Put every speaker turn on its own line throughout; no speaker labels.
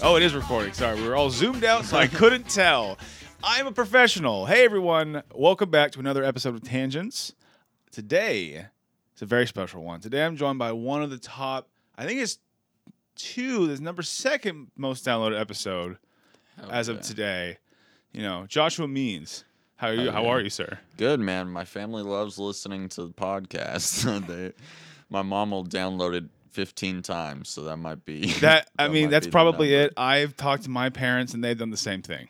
Oh, it is recording. Sorry, we were all zoomed out, so I couldn't tell. I'm a professional. Hey, everyone. Welcome back to another episode of Tangents. Today, it's a very special one. Today, I'm joined by one of the top, I think it's two, this number second most downloaded episode as of
Okay.
today. You know, Joshua Means. How are you?
Oh,
How
yeah.
are you, sir?
Good man. My family loves listening to the podcast. they, my mom will download it 15 times, so that might be
That I
that
mean,
might
that's
be the
probably
number.
it. I've talked to my parents, and they've done the same thing.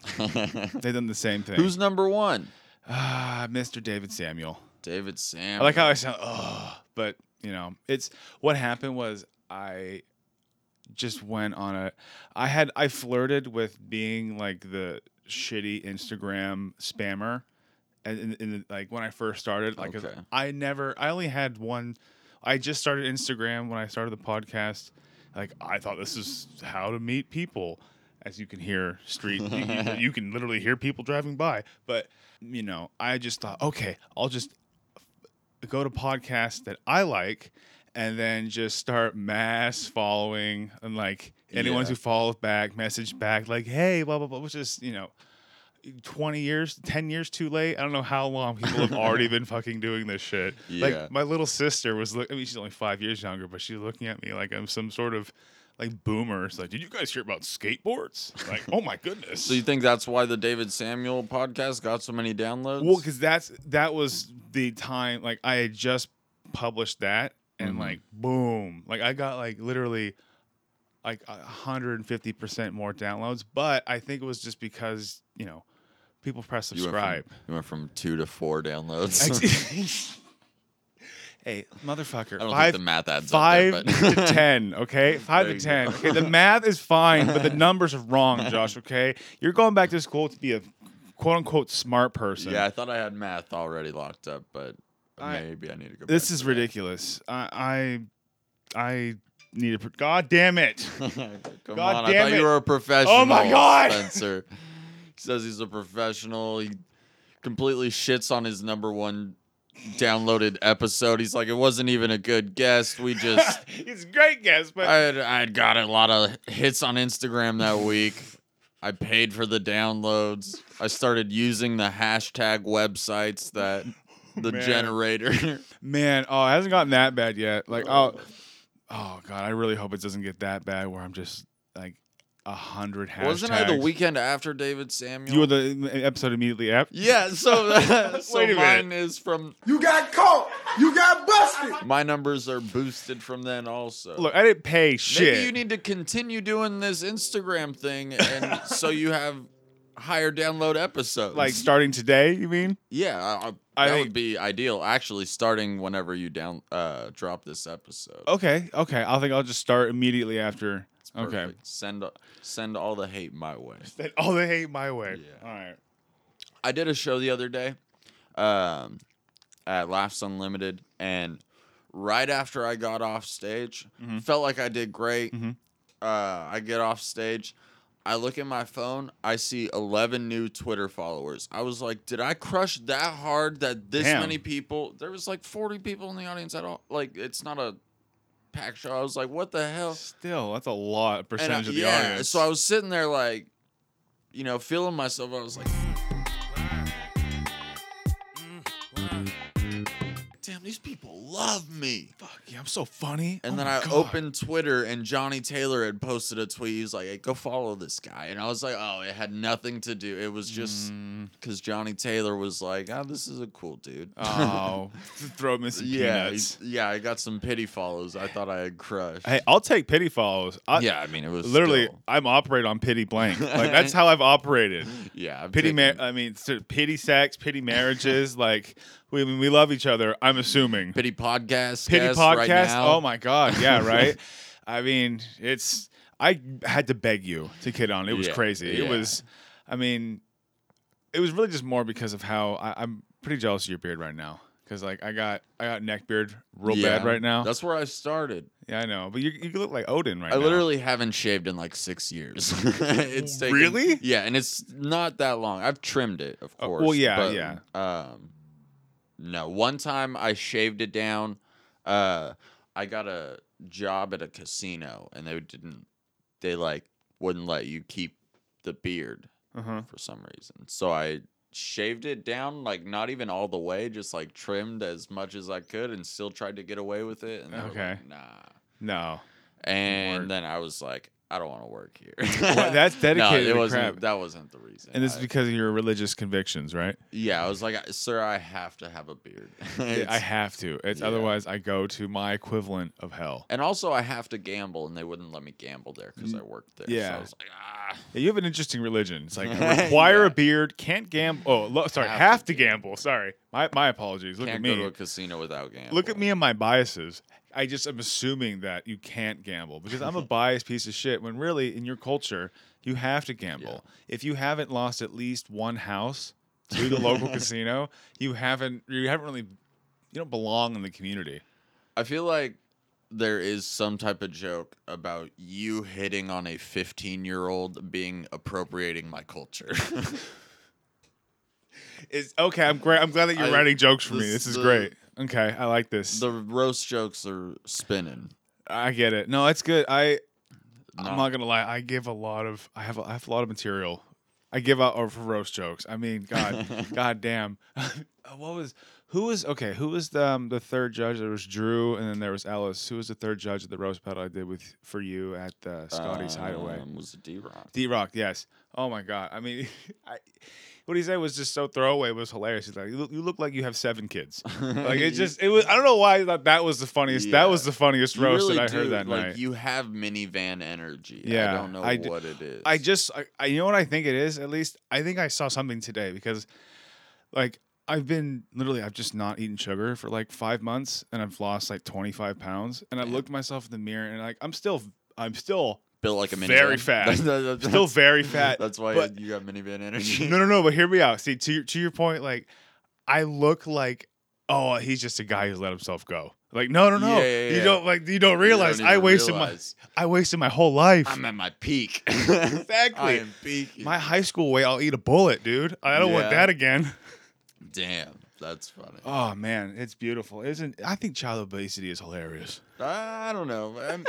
They've done the same thing.
Who's number one?
Ah, Mr. David Samuel?
David Sam.
I like how I sound. Oh, but you know, it's what happened was I just went on a. I had I flirted with being like the shitty Instagram spammer, and in, in, like when I first started, like 'cause
Okay.
I never. I only had one. I just started Instagram when I started the podcast. Like I thought this is how to meet people. As you can hear street, you, you- you can literally hear people driving by. But you know, I just thought, okay, I'll just go to podcasts that I like and then just start mass following and like anyone
Yeah.
who follows back, message back, like, hey, blah, blah, blah, which is, you know, 20 years, 10 years too late. I don't know how long people have already been fucking doing this shit.
Yeah.
Like, my little sister was, look- I mean, she's only five years younger, but she's looking at me like I'm some sort of like boomer. It's like, did you guys hear about skateboards? Like, oh my goodness.
So you think that's why the David Samuel podcast got so many downloads?
Well, because that's that was the time like I had just published that and
Mhm.
like boom, like I got like literally like hundred and fifty percent more downloads. But I think it was just because you know people press
You went from-
subscribe.
You went from two to four downloads.
hey, motherfucker!
I don't
Five
think the math adds
five
up. There,
to
but
ten okay five
There
to
you
ten
go.
okay the math is fine but the numbers are wrong josh okay you're going back to school to be a quote-unquote smart person
yeah, I thought I had math already locked up, but
I-
maybe I need to go.
This
back
is
to that.
ridiculous. I I, I need a. pr- God damn it!
Come
God
on,
damn
I thought
it. Oh
you were a professional.
God.
Spencer. he says he's a professional. He completely shits on his number one downloaded episode. He's like, it wasn't even a good guest. We just
it's a great guess, but
I had, I had got a lot of hits on Instagram that week. I paid for the downloads. I started using the hashtag websites that the
Man.
generator.
man, oh, it hasn't gotten that bad yet. Like, oh, oh God, I really hope it doesn't get that bad where I'm just like a hundred hashtags.
Wasn't I the weekend after David Samuel?
You were the episode immediately after.
Yeah, so so
Wait a minute.
mine is from
You got caught. You got busted.
my numbers are boosted from then also.
Look, I didn't pay
maybe
shit.
you need to continue doing this Instagram thing, and so you have higher download episodes.
like starting today, you mean?
yeah, I, I,
I
that
think-
would be ideal. Actually, starting whenever you down uh drop this episode.
Okay, okay. I think I'll just start immediately after. Okay.
Perfect. Send send all the hate my way.
Oh, they hate my way.
Yeah.
All right.
I did a show the other day um, at Laughs Unlimited, and right after I got off stage,
Mhm.
felt like I did great.
Mhm.
Uh, I get off stage, I look at my phone, I see 11 new Twitter followers. I was like, did I crush that hard that this
Damn.
many people? There was like 40 people in the audience at all. Like, it's not a packed show. I was like, what the hell?
Still, that's a lot of
And I-
percentage of the
yeah,
audience.
So I was sitting there like, you know, feeling myself. I was like, damn, these people love me.
Fuck yeah, I'm so funny.
And
Oh
then
my
I
God.
opened Twitter and Johnny Taylor had posted a tweet. He's like, hey, go follow this guy. And I was like, oh, it had nothing to do. It was just
Mm.
because Johnny Taylor was like, oh, this is a cool dude.
oh, throw missing
yeah.
peanuts.
Yeah, I got some pity follows. I thought I had crushed.
Hey, I'll take pity follows. I,
yeah, I mean, it was
literally,
still-
I'm operate on pity blank. Like that's how I've operated.
yeah. I'm
Pity, ma-
taking-
I mean, sort of pity sex, pity marriages. like we, I mean, we love each other. I'm assuming
Pity podcast.
pity
guest
podcast.
Right now.
oh my god, yeah, right. I mean, it's. I had to beg you to get on. It was
Yeah,
crazy. It
yeah.
was. I mean, it was really just more because of how I, I'm pretty jealous of your beard right now. Because like I got I got neck beard real bad
Yeah,
right now.
That's where I started.
yeah, I know. But you you look like Odin right
I
now.
literally haven't shaved in like six years. it's taken,
Really?
Yeah, and it's not that long. I've trimmed it, of
Oh,
course.
well, yeah,
but,
yeah.
Um, no, one time I shaved it down. Uh, I got a job at a casino, and they didn't. They like wouldn't let you keep the beard
Uh huh.
for some reason. So I shaved it down, like not even all the way, just like trimmed as much as I could, and still tried to get away with it. And they were like,
Okay.
nah.
No,
And
work.
then I was like, I don't want to work here.
Well, that's dedicated
No, it
to
wasn't.
crap.
That wasn't the reason.
and this is
I-
because of your religious convictions, right?
yeah, I was like, sir, I have to have a beard.
I
It's-
have to. It's
yeah.
otherwise I go to my equivalent of hell.
and also, I have to gamble, and they wouldn't let me gamble there because I worked there. so
Mm, yeah.
I was like, ah.
Yeah, you have an interesting religion. It's like require a
Yeah.
beard, can't gamble. Oh, lo- sorry, have,
Have
to
to
gamble. Sorry, my my apologies. Look
Can't
at
go to a
me.
casino without gambling.
Look at me and my biases. I just am assuming that you can't gamble because I'm a biased piece of shit. When really, in your culture, you have to gamble. If you haven't lost at least one house to the local casino, you haven't you haven't really you don't belong in the community.
I feel like there is some type of joke about you hitting on a 15 year old being appropriating my culture.
It's okay. I'm great. I'm glad that you're
I-
writing jokes for me.
this-
This is
the-
great. Okay, I like this.
the roast jokes are spinning.
I get it. No, it's good. I I'm
No.
not gonna lie. I give a lot of. I have. A, I have a lot of material. I give out over roast jokes. I mean, God, God damn. what was? Who was? Okay, who was the um, the third judge? There was Drew, and then there was Ellis. Who was the third judge at the roast battle I did with for you at the Scotty's Hideaway?
Um, was it D Rock?
D Rock, yes. Oh my God. I mean, I, what he said was just so throwaway. It was hilarious. He's like, you look, you look like you have seven kids. Like it just, it was. I don't know why I thought that was the funniest.
Yeah.
That was the funniest
You
roast
really
that I heard
do,
that
like,
night.
You have minivan energy.
Yeah,
I don't know
I d-
what it is.
I just, I, I, you know what I think it is. At least I think I saw something today because, like, I've been literally, I've just not eaten sugar for like five months, and I've lost like twenty five pounds. And I
Damn.
looked myself in the mirror, and like, I'm still, I'm still,
built like a minivan.
very fast.
That's-
still very fat.
That's why
but-
you have minivan energy.
no, no, no. But hear me out. See, to your, to your point, like I look like, oh, he's just a guy who let himself go. Like, no, no, no.
Yeah, yeah,
you
yeah.
don't like you don't realize
You don't
I
even
wasted
realize.
my I wasted my whole life.
I'm at my peak. exactly. I am peaking.
my high school way, I'll eat a bullet, dude. I don't want
Yeah.
that again.
Damn, that's funny.
Oh man, it's beautiful, isn't? I think child obesity is hilarious.
I don't know. I'm,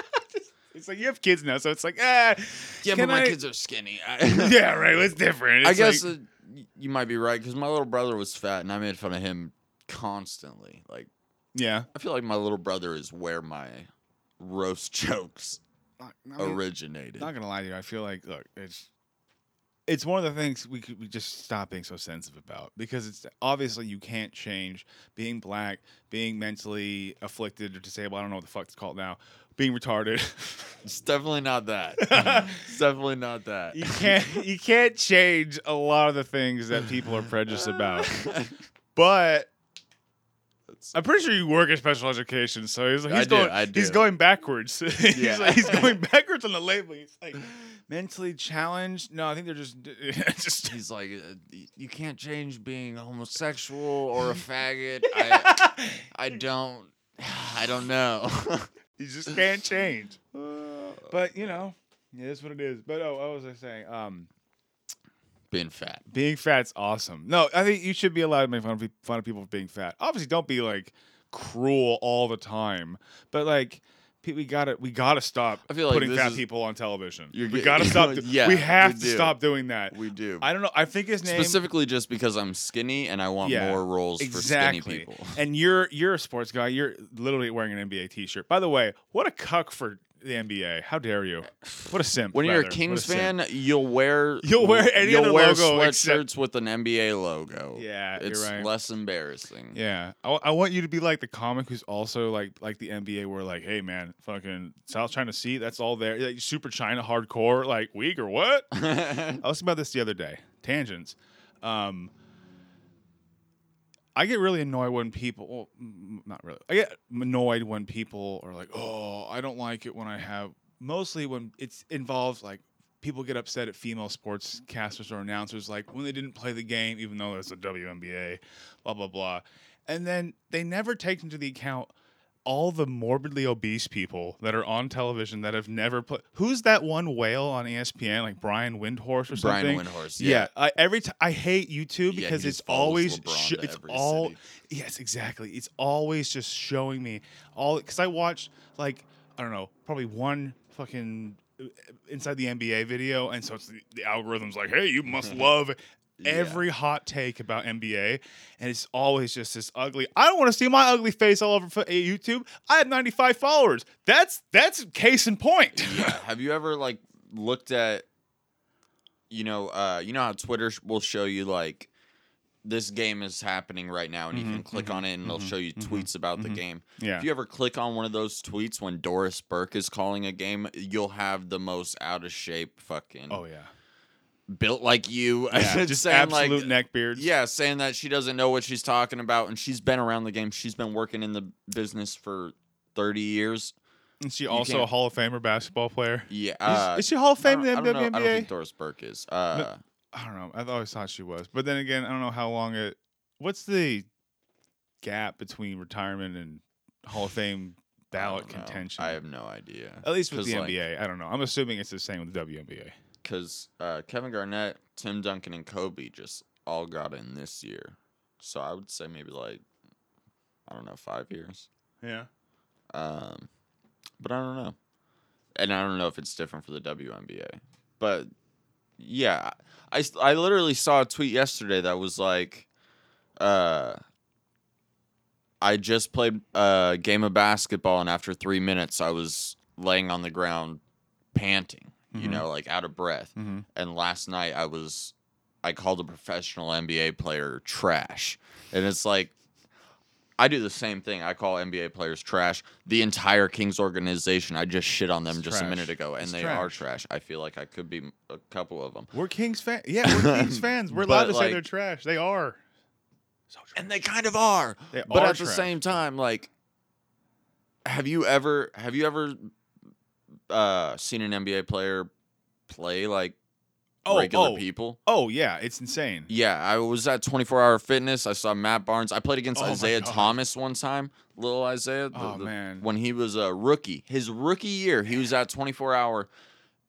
It's like you have kids now, so it's like, ah,
yeah,
Can
but my
I-
kids are skinny. I,
yeah, right. It's different.
I
It's
guess
like-
uh, y- you might be right because my little brother was fat, and I made fun of him constantly. Like,
yeah.
I feel like my little brother is where my roast jokes
I
Oh,
mean,
originated.
Not gonna lie to you, I feel like look, it's it's one of the things we could we just stop being so sensitive about because it's obviously you can't change being black, being mentally afflicted or disabled. I don't know what the fuck it's called now, being retarded.
It's definitely not that. it's definitely not that.
you can't you can't change a lot of the things that people are prejudiced about. But
That's-
I'm pretty sure you work in special education, so he's like he's
I do,
going
I
he's
do.
going backwards. he's,
Yeah.
like, he's going backwards on the label. He's like mentally challenged. No, I think they're just just
He's like, uh, y- you can't change being homosexual or a faggot. I, I don't, I don't know.
You just can't change.
Uh,
But you know, it is what it is. But oh, what was I saying? Um,
Being fat.
being fat's awesome. No, I think you should be allowed to make fun of, pe- fun of people for being fat. Obviously, don't be like cruel all the time. But like, pe- we gotta we gotta stop
I feel like
putting
this
fat
is-
people on television.
You're
we
get-
gotta stop. do-
Yeah,
we have
we
to
do.
stop doing that.
We do.
I don't know. I think his name
Specifically, just because I'm skinny and I want
Yeah,
more roles
exactly.
for skinny people.
And you're you're a sports guy. You're literally wearing an NBA t-shirt. By the way, what a cuck for the NBA. How dare you? What a simp.
When
rather.
you're a
What
Kings
simp.
fan, you'll wear
You'll wear any
you'll
other
wear
logo
sweatshirts
except-
with an NBA logo.
Yeah, you're
it's
right.
less embarrassing.
Yeah, I, wa- I want you to be like the comic who's also like like the NBA, where like, hey man, fucking South China Sea, that's all there. Like, Super China hardcore, like weak or what? I was about this the other day. Tangents. Um, I get really annoyed when people, well, m- not really. I get annoyed when people are like, "Oh, I don't like it when I have." Mostly when it's involves like people get upset at female sports casters or announcers, like when they didn't play the game, even though it's a WNBA, blah blah blah, and then they never take into the account all the morbidly obese people that are on television that have never played. Who's that one whale on E ESPN, like Brian Windhorse or something?
Brian Windhorse.
Yeah, I, every time I hate YouTube
Yeah, he
because it's
just follows
always
LeBron
sh-
to
it's
every
all
city.
yes exactly it's always just showing me all because I watched like I don't know probably one fucking uh, inside the NBA video, and so it's the, the algorithm's like, hey, you must love
Yeah.
every hot take about NBA, and it's always just this ugly. I don't want to see my ugly face all over f- YouTube. I have 95 followers. That's that's case in point.
Yeah. Have you ever like looked at you know, uh you know how Twitter sh- will show you like this game is happening right now and you can
Mhm,
click
mhm,
on it and it'll
mhm,
show you
mhm,
tweets about the
mhm.
game.
yeah.
If you ever click on one of those tweets when Doris Burke is calling a game, you'll have the most out of shape fucking
Oh yeah.
built like you
yeah just absolute neckbeards.
Yeah, saying that she doesn't know what she's talking about and she's been around the game. She's been working in the business for 30 years.
Is she also a
can't-
Hall of Famer basketball player?
Yeah.
Is-
Uh,
is, she Hall of
I
Fame
don't,
in
I
the
don't know- I
NBA?
don't think Doris Burke is. Uh,
I don't know. I've always thought she was, but then again, I don't know how long it. What's the gap between retirement and Hall of Fame
I
ballot
don't know.
contention?
I have no idea.
At least with
'cause,
the
like-
NBA, I don't know. I'm assuming it's the same with the WNBA.
Because uh, Kevin Garnett, Tim Duncan, and Kobe just all got in this year. So I would say maybe like, I don't know, five years.
Yeah.
Um, but I don't know. And I don't know if it's different for the WNBA. But yeah, I, s- I literally saw a tweet yesterday that was like, uh, I just played a game of basketball, and after three minutes, I was laying on the ground panting, you
Mhm.
know, like out of breath.
Mhm.
And last night, I was, I called a professional NBA player trash. And it's like, I do the same thing. I call NBA players trash. The entire Kings organization, I just shit on them
It's
just a
trash.
minute ago, and
It's
they are trash. I feel like I could be a couple of them.
We're Kings fans. Yeah, we're Kings fans. We're allowed
But,
to say they're
like-
trash. They are. So trash.
and they kind of are.
They
but
are
at the
trash.
same time, like, have you ever have you ever uh, seen an NBA player play like
Oh,
regular
oh.
people?
Oh yeah, it's insane.
Yeah, I was at 24 Hour Fitness. I saw Matt Barnes. I played against
Oh my
Isaiah
God.
Thomas one time, little Isaiah. the-
Oh
the-
man.
when he was a rookie, his rookie year, he was at 24 Hour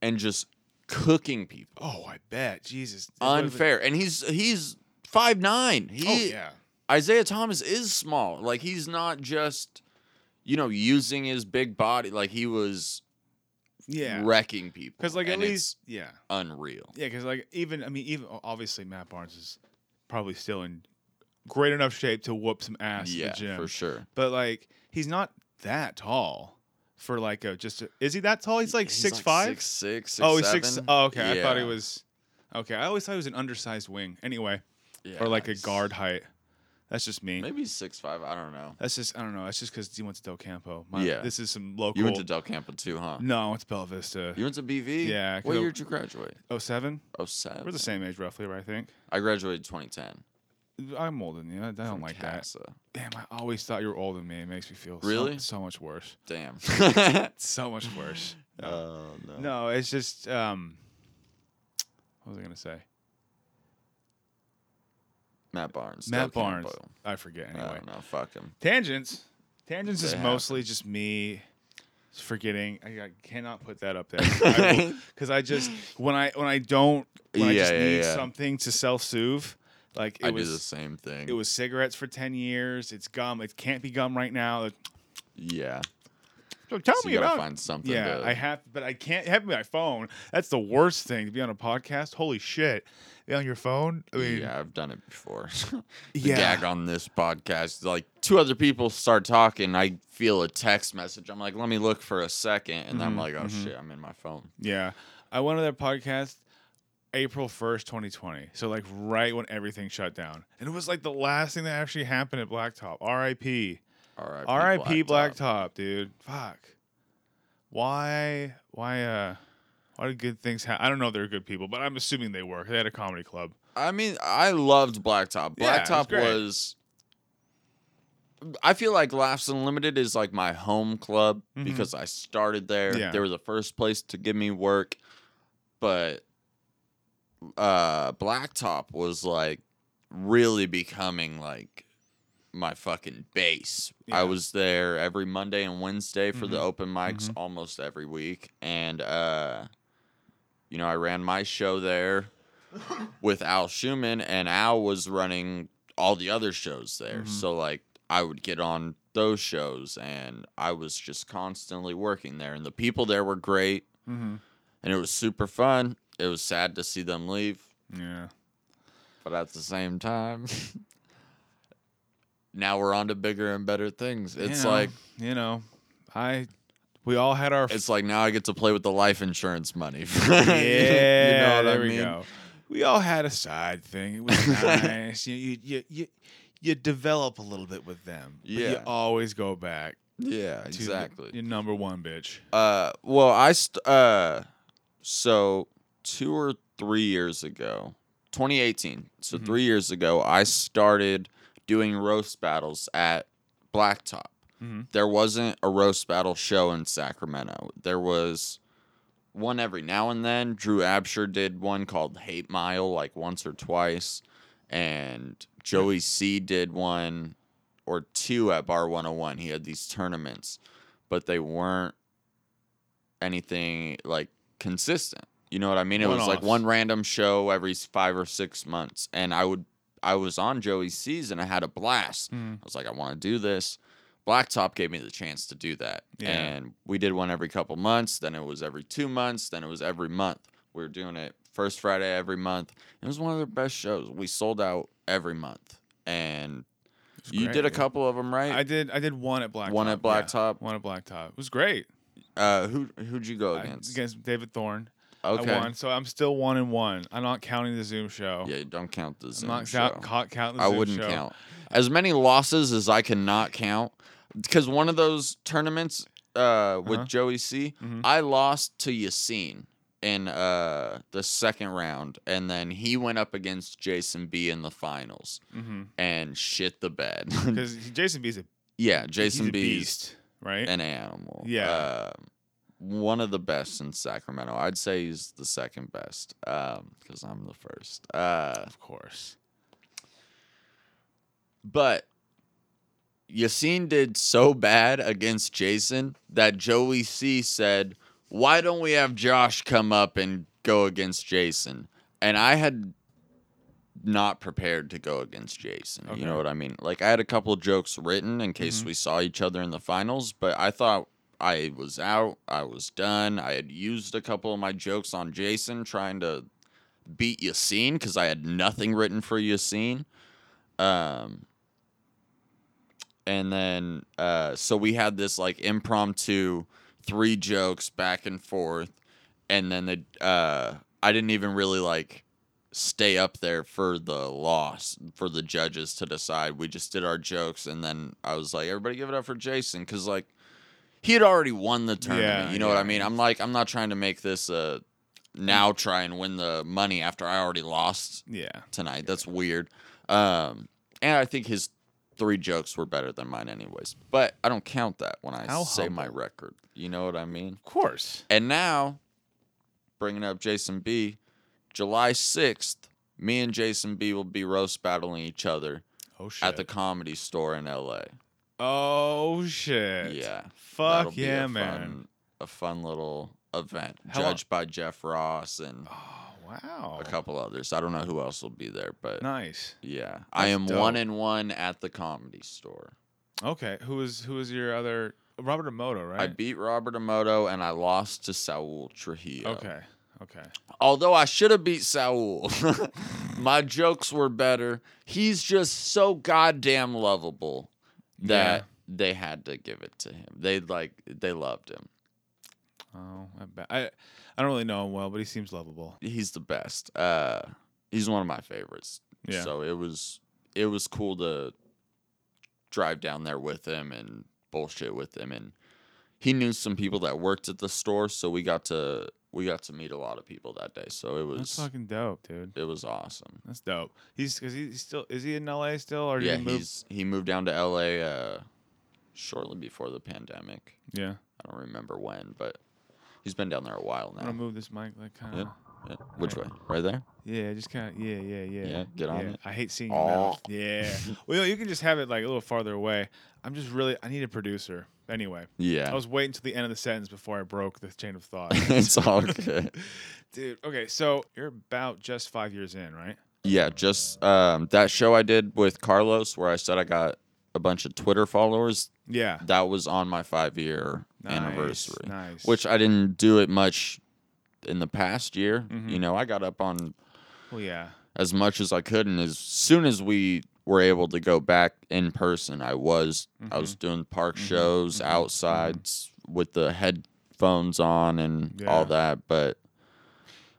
and just cooking people.
Oh, I bet. Jesus. It would've been-
Unfair, and he's he's five nine. He
Oh yeah.
Isaiah Thomas is small. Like he's not just, you know, using his big body. Like he was
Yeah.
wrecking people.
Because like at
and it's
least yeah.
unreal.
Yeah, because like even I mean even obviously Matt Barnes is probably still in great enough shape to whoop some ass in
Yeah,
the gym,
for sure.
but like he's not that tall for like a just a, is he that tall? He's like six five.
six six.
oh, he's six.
seven.
Oh, okay. I thought he
Yeah.
was. Okay, I always thought he was an undersized wing. Anyway,
Yeah,
or like a
he's-
guard height. That's just me.
Maybe he's six five. I don't know.
That's just I don't know. That's just because he went to Del Campo. My,
Yeah.
This is some local.
You went to Del Campo too, huh?
no, I went to Bella Vista.
You went to BV.
Yeah, 'cause
What
I-
year did you graduate?
Oh seven.
Oh seven.
We're the same age roughly, right? I think.
I graduated 2010.
I'm older than you. I, I don't like that.
that.
Damn, I always thought you were older than me. It makes me feel so-
Really?
so, much worse.
Damn.
So much worse. No.
Oh no.
no, it's just um what was I gonna say?
Matt Barnes.
Matt
Del
Barnes.
Campo.
I forget
I
anyway.
don't know. Fuck him.
Tangents. Tangents is
Uh, They happen.
mostly just me forgetting. I, I cannot put that up there because I, just when I when I don't when I
Yeah,
just
yeah,
need
yeah.
something to self soothe, like it
I
was
do the same thing.
it was cigarettes for ten years. It's gum. It can't be gum right now.
yeah.
So tell
So
me
you gotta
about
find something.
Yeah,
to,
I have, but I can't have my phone. That's the worst thing to be on a podcast. Holy shit, Be on your phone. I mean,
yeah, I've done it before. the
Yeah.
gag on this podcast, like two other people start talking, I feel a text message. I'm like, let me look for a second, and then I'm
Mhm,
like, oh
mhm.
shit, I'm in my phone.
yeah. I went on that podcast April first, twenty twenty. So like right when everything shut down, and it was like the last thing that actually happened at Blacktop. R.I.P.
All right,
R.I.P. Blacktop, dude. Fuck. Why? Why? Uh, why did good things happen? I don't know if they're good people, but I'm assuming they were. 'cause They had a comedy club.
I mean, I loved Blacktop.
Yeah, it was
Blacktop
great.
was. I feel like Laughs Unlimited is like my home club
Mhm.
because I started there.
Yeah.
They were the first place to give me work, but uh Blacktop was like really becoming like my fucking base. I
Yeah.
was there every Monday and Wednesday for the
Mhm.
open mics
Mhm.
almost every week and uh you know, I ran my show there with Al Schumann, and Al was running all the other shows there.
Mhm.
So like I would get on those shows, and I was just constantly working there, and the people there were great.
Mm-hmm.
and it was super fun. It was sad to see them leave,
Yeah.
but at the same time, now we're on to bigger and better things. It's
You know,
like
you know, I we all had our
it's like now I get to play with the life insurance money.
yeah.
you know what
there
I
we
mean?
go. We all had a side thing. It was nice. you, you you you you develop a little bit with them. but you
Yeah.
always go back
Yeah,
to
exactly.
your number one bitch.
Uh, well, I st- uh, so two or three years ago, 2018. So
Mhm.
three years ago, I started doing roast battles at Blacktop.
Mhm.
There wasn't a roast battle show in Sacramento. There was one every now and then. Drew Absher did one called Hate Mile, like once or twice, and Joey C did one or two at Bar 101. He had these tournaments, but they weren't anything like consistent. You know what I mean? It was like
One-offs.
one random show every s- five or six months. And I would, I was on Joey C's and I had a blast.
Mm.
I was like, I want to do this. Blacktop gave me the chance to do that.
Yeah.
And we did one every couple months. Then it was every two months. Then it was every month. We were doing it first Friday every month. It was one of their best shows. We sold out every month. And
It's
you
great,
did a
dude.
couple of them, right?
I did. I did one at Blacktop.
One at
yeah.
Blacktop.
One at Blacktop. It was great.
uh, who who'd you go
I-
against?
against David Thorne.
okay.
I won, so I'm still one and one. I'm not counting the Zoom show.
Yeah, don't count the Zoom
I'm not
show.
count, ca- counting the
I
Zoom
wouldn't
show.
count as many losses as I cannot count because one of those tournaments uh, with
Uh-huh.
Joey C,
Mhm.
I lost to Yassine in uh, the second round, and then he went up against Jason B in the finals and shit the bed.
Because Mm-hmm. Jason B's a
yeah, Jason
he's a
B's
beast, right?
an animal.
Yeah.
Uh, one of the best in Sacramento. I'd say he's the second best because I'm the first. Uh,
of course.
But Yassine did so bad against Jason that Joey C said, Why don't we have Josh come up and go against Jason? And I had not prepared to go against Jason. You
Okay.
know what I mean? Like, I had a couple jokes written in case
Mhm.
we saw each other in the finals, but I thought I was out. I was done. I had used a couple of my jokes on Jason trying to beat Yassine because I had nothing written for Yassine. Um, and then uh, so we had this like impromptu three jokes back and forth, and then the uh, I didn't even really like stay up there for the loss for the judges to decide. We just did our jokes, and then I was like, everybody give it up for Jason because like he had already won the tournament.
Yeah,
you know what
yeah.
I mean? I'm like, I'm not trying to make this a now try and win the money after I already lost
Yeah.
tonight. That's weird. Um, and I think his three jokes were better than mine, anyways. But I don't count that when I
How
say my
humble.
record. You know what I mean?
Of course.
And now, bringing up Jason B, July 6th, me and Jason B will be roast battling each other
Oh shit.
at the comedy store in LA.
oh shit.
Yeah.
Fuck
be
yeah,
a
man.
Fun, a fun little event
How lo-
judged by Jeff Ross and
Oh wow.
a couple others. I don't know who else will be there, but
Nice.
Yeah, I
That's
am one
dope.
and one at the comedy store.
Okay. Who was who was your other Robert Emoto, right?
I beat Robert Emoto and I lost to Saul Trujillo.
Okay. Okay.
Although I should have beat Saul. My jokes were better. He's just so goddamn lovable that
Yeah.
they had to give it to him. They like they loved him.
Oh, I, bet. I I don't really know him well, but he seems lovable.
He's the best. Uh he's one of my favorites.
Yeah.
So it was it was cool to drive down there with him and bullshit with him and he knew some people that worked at the store, so we got to we got to meet a lot of people that day. So it
That's
was
fucking dope, dude.
it was awesome.
That's dope. He's because he's still is he in L.A. still or did
yeah,
he move?
he's he moved down to LA uh shortly before the pandemic.
yeah.
I don't remember when, but he's been down there a while
I'm gonna
now.
move this mic like kind
Yeah.
of.
Yeah. Which way? Right there?
Yeah, just kind of. Yeah, yeah, yeah.
Yeah, get on it.
I hate seeing.
Aw.
your mouth. Yeah. well, you, know, you can just have it like a little farther away. I'm just really. I need a producer. Anyway,
Yeah.
I was waiting till the end of the sentence before I broke the chain of thought.
it's all good.
Dude. Okay, so you're about just five years in, right?
Yeah, just um, that show I did with Carlos where I said I got a bunch of Twitter followers.
Yeah.
That was on my five year
Nice,
anniversary,
Nice.
which I didn't do it much in the past year.
Mm-hmm.
You know, I got up on
Well, Oh, yeah.
as much as I could, and as soon as we were able to go back in person, I was I was
Mm-hmm.
doing park shows outside s- with the headphones on and all
Yeah.
that. But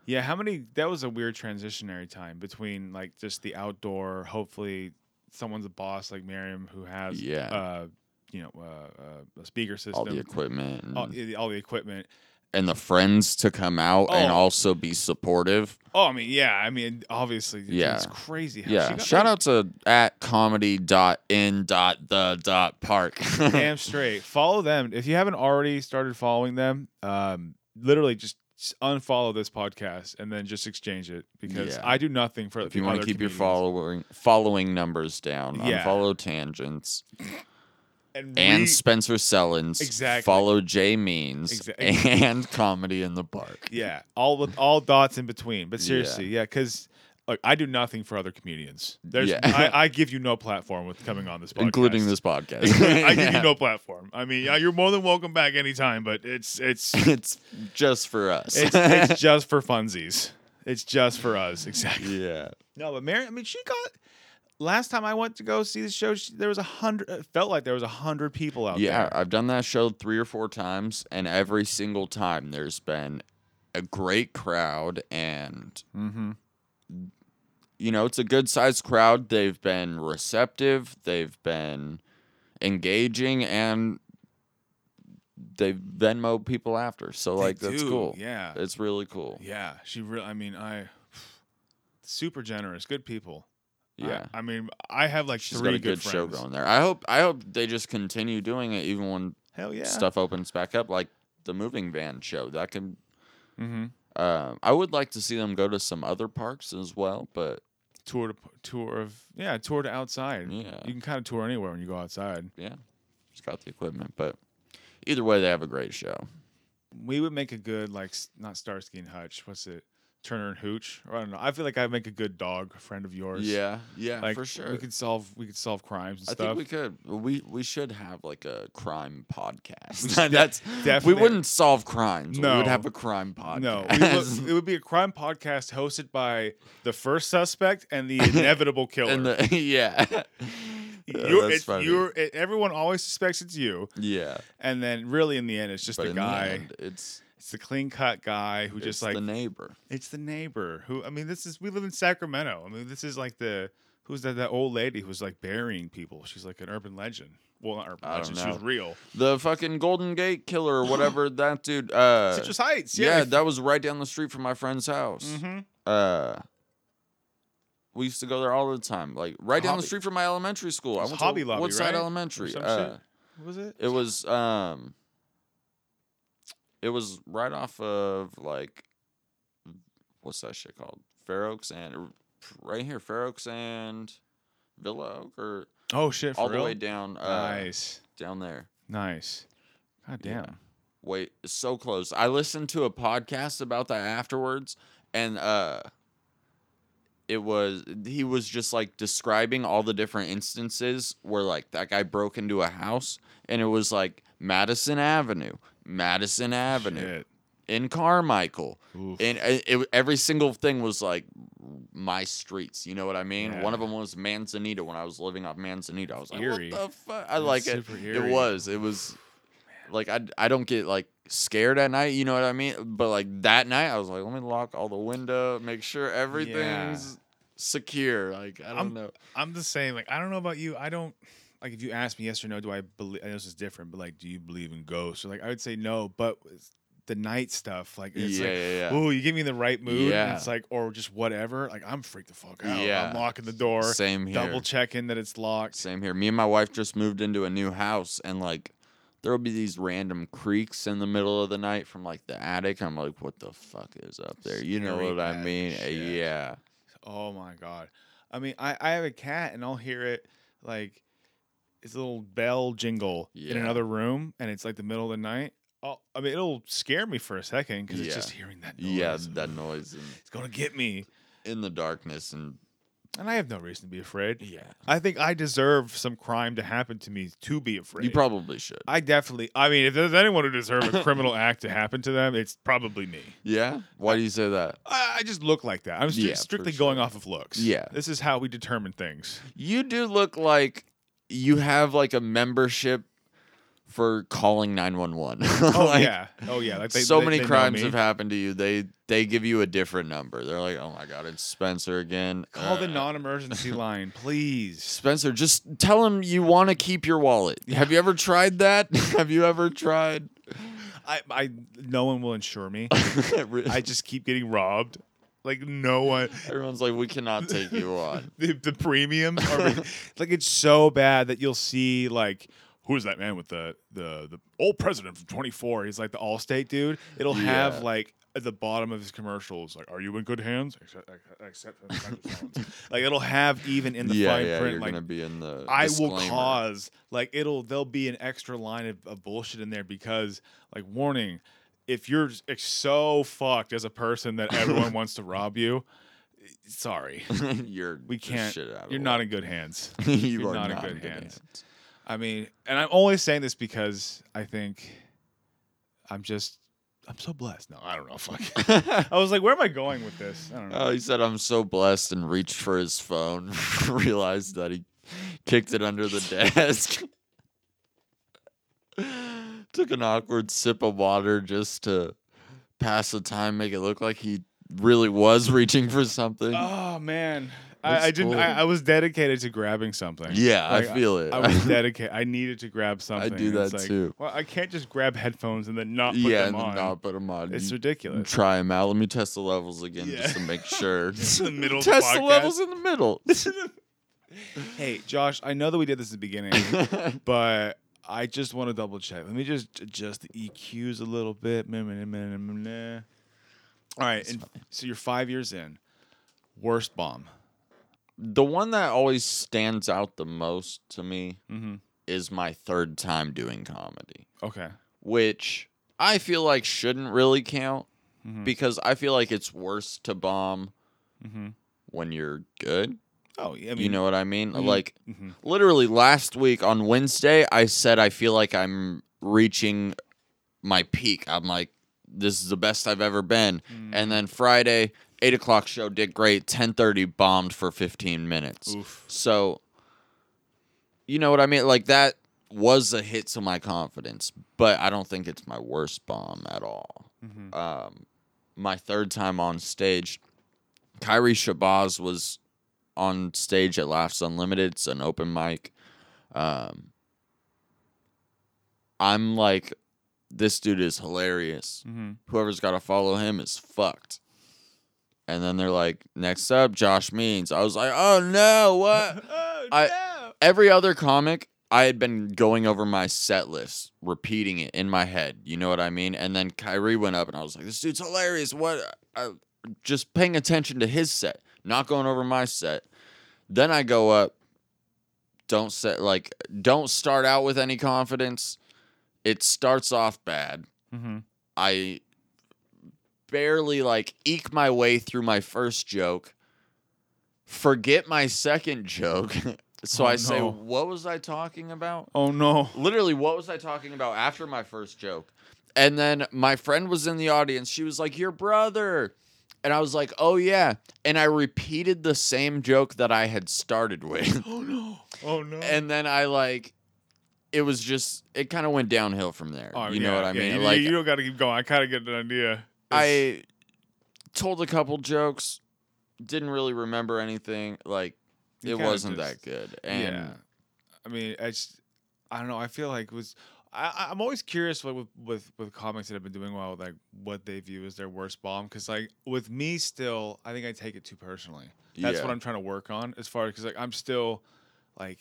Yeah, how many? That was a weird transitionary time between like just the outdoor. Hopefully, someone's a boss like Miriam who has
Yeah.
uh, you know, uh, uh, a speaker system,
all the equipment and,
all, Oh, yeah, all the equipment.
and the friends to come out and
Oh.
also be supportive.
Oh, I mean, yeah, I mean, obviously, it's,
Yeah.
it's crazy. How
Yeah.
she got,
Shout
like,
out to at comedy dot in dot the dot park.
damn straight. Follow them if you haven't already started following them. Um, literally just. s- Unfollow this podcast and then just exchange it because
Yeah.
I do nothing for
if you want to keep your
follow
following following numbers down,
Yeah.
unfollow tangents and Spencer Sellens.
Exactly.
Follow Jay Means
Exa-
and comedy in the park.
Yeah, all with all dots in between. But seriously, yeah, because look, I do nothing for other comedians. There's,
Yeah.
I, I give you no platform with coming on this, podcast.
Including this podcast.
I give you no platform. I mean, yeah, you're more than welcome back anytime, but it's it's
it's just for us.
it's, it's just for funsies. It's just for us, exactly.
yeah.
No, but Mary, I mean, she got. Last time I went to go see the show, she, there was a hundred. It felt like there was a hundred people out
Yeah,
there.
I've done that show three or four times, and every single time there's been a great crowd, and
Mm-hmm.
you know it's a good sized crowd. They've been receptive, they've been engaging, and they've Venmo people after. So like that's cool.
Yeah,
It's really cool.
Yeah, she really. I mean, I super generous, good people. I-
Yeah.
I, mean, I have like
She's
three
got a good, show
friends.
going there. I hope I hope they just continue doing it even when
Hell yeah.
stuff opens back up, like the moving van show. That can
Mm-hmm.
Um, I would like to see them go to some other parks as well, but
Tour to tour of yeah, tour to outside.
Yeah.
you can kind of tour anywhere when you go outside.
yeah, just got the equipment. But either way, they have a great show.
We would make a good like s- not Starsky and Hutch. What's it? Turner and Hooch. Or I don't know. I feel like I'd make a good dog friend of yours.
Yeah, yeah,
like
for sure.
We could solve we could solve crimes and
I
stuff.
think we could. We we should have like a crime podcast. That's we
definitely-
wouldn't solve crimes. we
No.
would have a crime podcast.
No, we would, it would be a crime podcast hosted by the first suspect and the inevitable killer.
and the, yeah, Yeah,
you're,
that's
it's
funny.
you're it, everyone always suspects it's you
yeah,
and then really in the end it's just
but
the
in the
guy
end, it's
it's the clean cut guy who
just
just like
the neighbor.
it's the neighbor who i mean this is we live in sacramento i mean this is like the who's that that old lady who's like burying people she's like an urban legend well not urban
I don't
legend she was
know.
real
The fucking Golden Gate Killer or whatever that dude. Uh,
citrus heights
yeah,
yeah,
that was right down the street from my friend's house.
hmm
Uh, we used to go there all the time, like right down the
Hobby-
street from my elementary school. I
was
went
Hobby
to
Lobby,
Woodside
right? Or
Elementary.
some
Uh,
shit. was it
it was um, it was right off of like, what's that shit called? Fair Oaks and or right here, Fair Oaks and Villa Oak, or
oh shit for
all
real?
the way down, uh,
nice
down there.
nice god
Yeah.
damn
Wait, so close. I listened to a podcast about that afterwards, and uh, it was he was just like describing all the different instances where like that guy broke into a house, and it was like Madison Avenue, Madison Avenue,
Shit.
in Carmichael,
Oof.
and it, it- every single thing was like my streets. You know what I mean? One of
Yeah.
them was Manzanita. When I was living off Manzanita, I was like,
Eerie.
"What the fuck?" I like it.
super
It
eerie.
was. It was like I I don't get like scared at night. You know what I mean? But like that night, I was like, "Let me lock all the window, make sure everything's secure." Like I don't
I'm-
know.
I'm the same. Like I don't know about you. I don't like if you ask me yes or no. Do I believe? I know this is different, but like, do you believe in ghosts? Or like I would say no, but it's the night stuff, like it's
yeah,
like.
yeah, yeah.
Ooh, you give me the right mood.
Yeah.
And it's like, or just whatever. Like I'm freaked the fuck out.
Yeah.
I'm locking the door,
Same here.
double checking that it's locked.
Same here. Me and my wife just moved into a new house, and like there will be these random creaks in the middle of the night from like the attic. I'm like, what the fuck is up there? You know
Scary
what I
attic
mean? Uh,
shit.
Yeah.
Oh my god. I mean, I I have a cat, and I'll hear it like it's a little bell jingle in
Yeah.
another room, and it's like the middle of the night. Oh, I mean, it'll scare me for a second because
Yeah.
it's just hearing that noise.
Yeah, that noise in,
It's gonna get me.
in the darkness and
And I have no reason to be afraid.
Yeah.
I think I deserve some crime to happen to me to be afraid.
You probably should.
I definitely. I mean, if there's anyone who deserves a criminal act to happen to them, it's probably me.
Yeah. Why do you say that?
I, I just look like that. I'm stri-
Yeah, for
strictly
sure.
going off of looks.
Yeah.
This is how we determine things.
You do look like you have like a membership for calling 911.
Oh
Like,
yeah. Oh yeah. Like they,
so
they-
many
they know
crimes
me.
have happened to you. They they give you a different number. They're like, "Oh my god, it's Spencer again."
Call the
Uh,
non-emergency line, please.
Spencer, just tell him you want to keep your wallet. Have you ever tried that? have you ever tried?
I, I, no one will insure me. I just keep getting robbed. Like no one.
Everyone's like, "We cannot take you on."
the, the premiums are re- like it's so bad that you'll see like who's that man with the the the old president from 24 he's like the Allstate dude it'll
Yeah.
have like at the bottom of his commercials like are you in good hands except, except for Michael Collins." like it'll have even in the
yeah,
fine
yeah,
print
you're
like
gonna be in the.
I will
disclaimer.
cause like it'll there'll be an extra line of, of bullshit in there because like warning, if you're s- ex- so fucked as a person that everyone wants to rob you, eh, sorry,
you're
we
just
can't.
Shit out of
You're not in good hands.
in, you
you're
are
not in good hands. I mean, and I'm only saying this because I think I'm just I'm so blessed. No, I don't know. Fuck.
hands.
I was like, where am I going with this? I don't know.
oh, he said, "I'm so blessed," and reached for his phone. realized that he kicked it under the desk. Took an awkward sip of water just to pass the time, make it look like he really was reaching for something.
oh man,
That's
I, I didn't.
cool.
I, I was dedicated to grabbing something.
yeah,
Like,
I feel it.
I was dedicated. I needed to grab something.
do
and it's
that
like,
too.
Well, I can't just grab headphones and then not put
yeah,
them
and
on.
then not put him on.
It's
You-
ridiculous.
Try him out. Let me test the levels again
Yeah.
just to make sure.
Just in the middle of the
test the
podcast.
levels in the middle.
hey, Josh, I know that we did this at the beginning, but I just want to double check. Let me just adjust the EQs a little bit. Meh, meh, meh, meh, meh, meh. All right, and so you're five years in. Worst bomb.
the one that always stands out the most to me
Mm-hmm.
is my third time doing comedy,
Okay.
which I feel like shouldn't really count
Mhm.
because I feel like it's worse to bomb
Mm-hmm.
when you're good.
Oh, yeah. I mean,
you know what I mean?
Mhm.
Like
mhm.
literally last week on Wednesday, I said I feel like I'm reaching my peak. I'm like, this is the best I've ever been.
Mm.
And then Friday, eight o'clock show did great. Ten thirty bombed for fifteen minutes.
Oof.
So, you know what I mean? Like that was a hit to my confidence, but I don't think it's my worst bomb at all.
Mhm.
Um, my third time on stage, Kyrie Shabazz was on stage at Laughs Unlimited. It's an open mic. Um, I'm like, this dude is hilarious.
Mhm.
Whoever's got to follow him is fucked. And then they're like, next up, Josh Means. I was like, oh no, what?
Oh,
I-
no.
Every other comic, I had been going over my set list, repeating it in my head. You know what I mean? And then Kyrie went up, and I was like, this dude's hilarious. What? I, just paying attention to his set, not going over my set. Then I go up. Don't set like don't start out with any confidence. It starts off bad.
Mhm.
I barely like eke my way through my first joke, forget my second joke. so
Oh,
I say,
no.
What was I talking about?
Oh, no.
Literally, what was I talking about after my first joke? And then my friend was in the audience. She was like, Your brother. And I was like, Oh, yeah. And I repeated the same joke that I had started with.
Oh, no. Oh, no.
and then I like, it was just, it kind of went downhill from there.
Oh,
you know
yeah,
what I
yeah,
mean?
you,
like,
you don't got to keep going. I kind of get an idea. It's-
I told a couple jokes, didn't really remember anything. Like
You
it
kinda
wasn't that
just-
good. And
yeah. I mean, I just, I don't know. I feel like it was. I, I- I'm always curious what with, with with comics that have been doing well, like what they view as their worst bomb. Because like with me, still, I think I take it too personally. That's
yeah.
what I'm trying to work on as far as because like I'm still like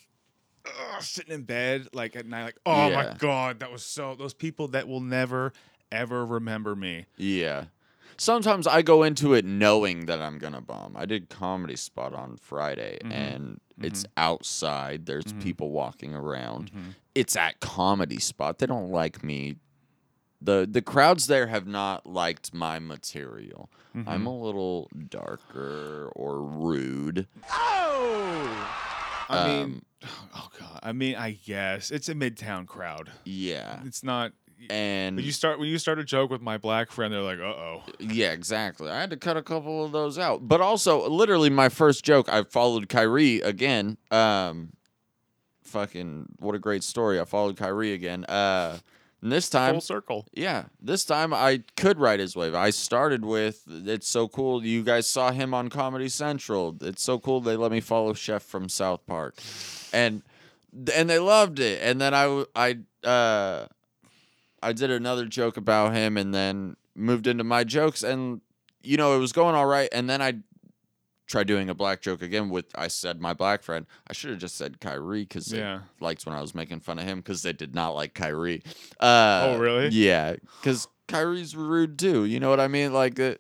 ugh, sitting in bed like at night, like oh
Yeah.
my god, that was so. Those people that will never ever remember me.
Yeah. Sometimes I go into it knowing that I'm gonna bomb. I did comedy spot on Friday
Mhm.
and it's outside. There's
Mhm.
people walking around.
Mm-hmm.
It's at comedy spot. They don't like me. The the crowds there have not liked my
Mm-hmm.
material. I'm a little darker or rude.
Oh,
Mm-hmm. I mean,
Um,
oh god. I mean, I guess it's a midtown crowd.
Yeah.
It's not.
And
When you start when you start a joke with my black friend, they're like, "Uh oh."
Yeah, exactly. I had to cut a couple of those out. But also, literally, my first joke, I followed Kyrie again. Um, fucking, what a great story. I followed Kyrie again. Uh, and this time,
Full circle.
yeah, this time I could ride his wave. I started with, it's so cool. You guys saw him on Comedy Central. It's so cool. They let me follow Chef from South Park. And and they loved it. And then I w- I uh I did another joke about him and then moved into my jokes and you know it was going all right and then I tried doing a black joke again with I said my black friend. I should have just said Kyrie cuz
Yeah.
they liked when I was making fun of him cuz they did not like Kyrie. Uh
Oh, really?
Yeah, cuz Kyrie's rude too. You know what I mean? Like uh,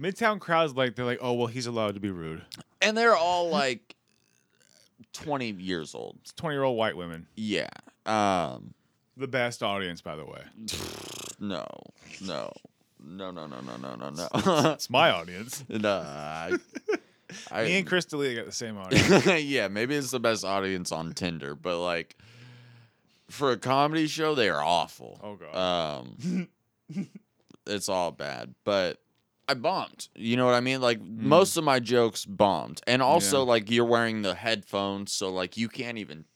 Midtown crowds like they're like, "Oh well, he's allowed to be rude."
and they're all like 20 years old.
It's twenty year old white women.
Yeah. Um
The best audience, by the way.
No, no, no, no, no, no, no, no, no.
It's my audience.
no I, I,
Me and Chris D'Elia got the same audience.
yeah, maybe it's the best audience on Tinder, but like for a comedy show, they are awful.
Oh, God.
um, it's all bad. But I bombed. You know what I mean? Like most of my jokes bombed, and also
Hmm. Yeah.
like you're wearing the headphones, so like you can't even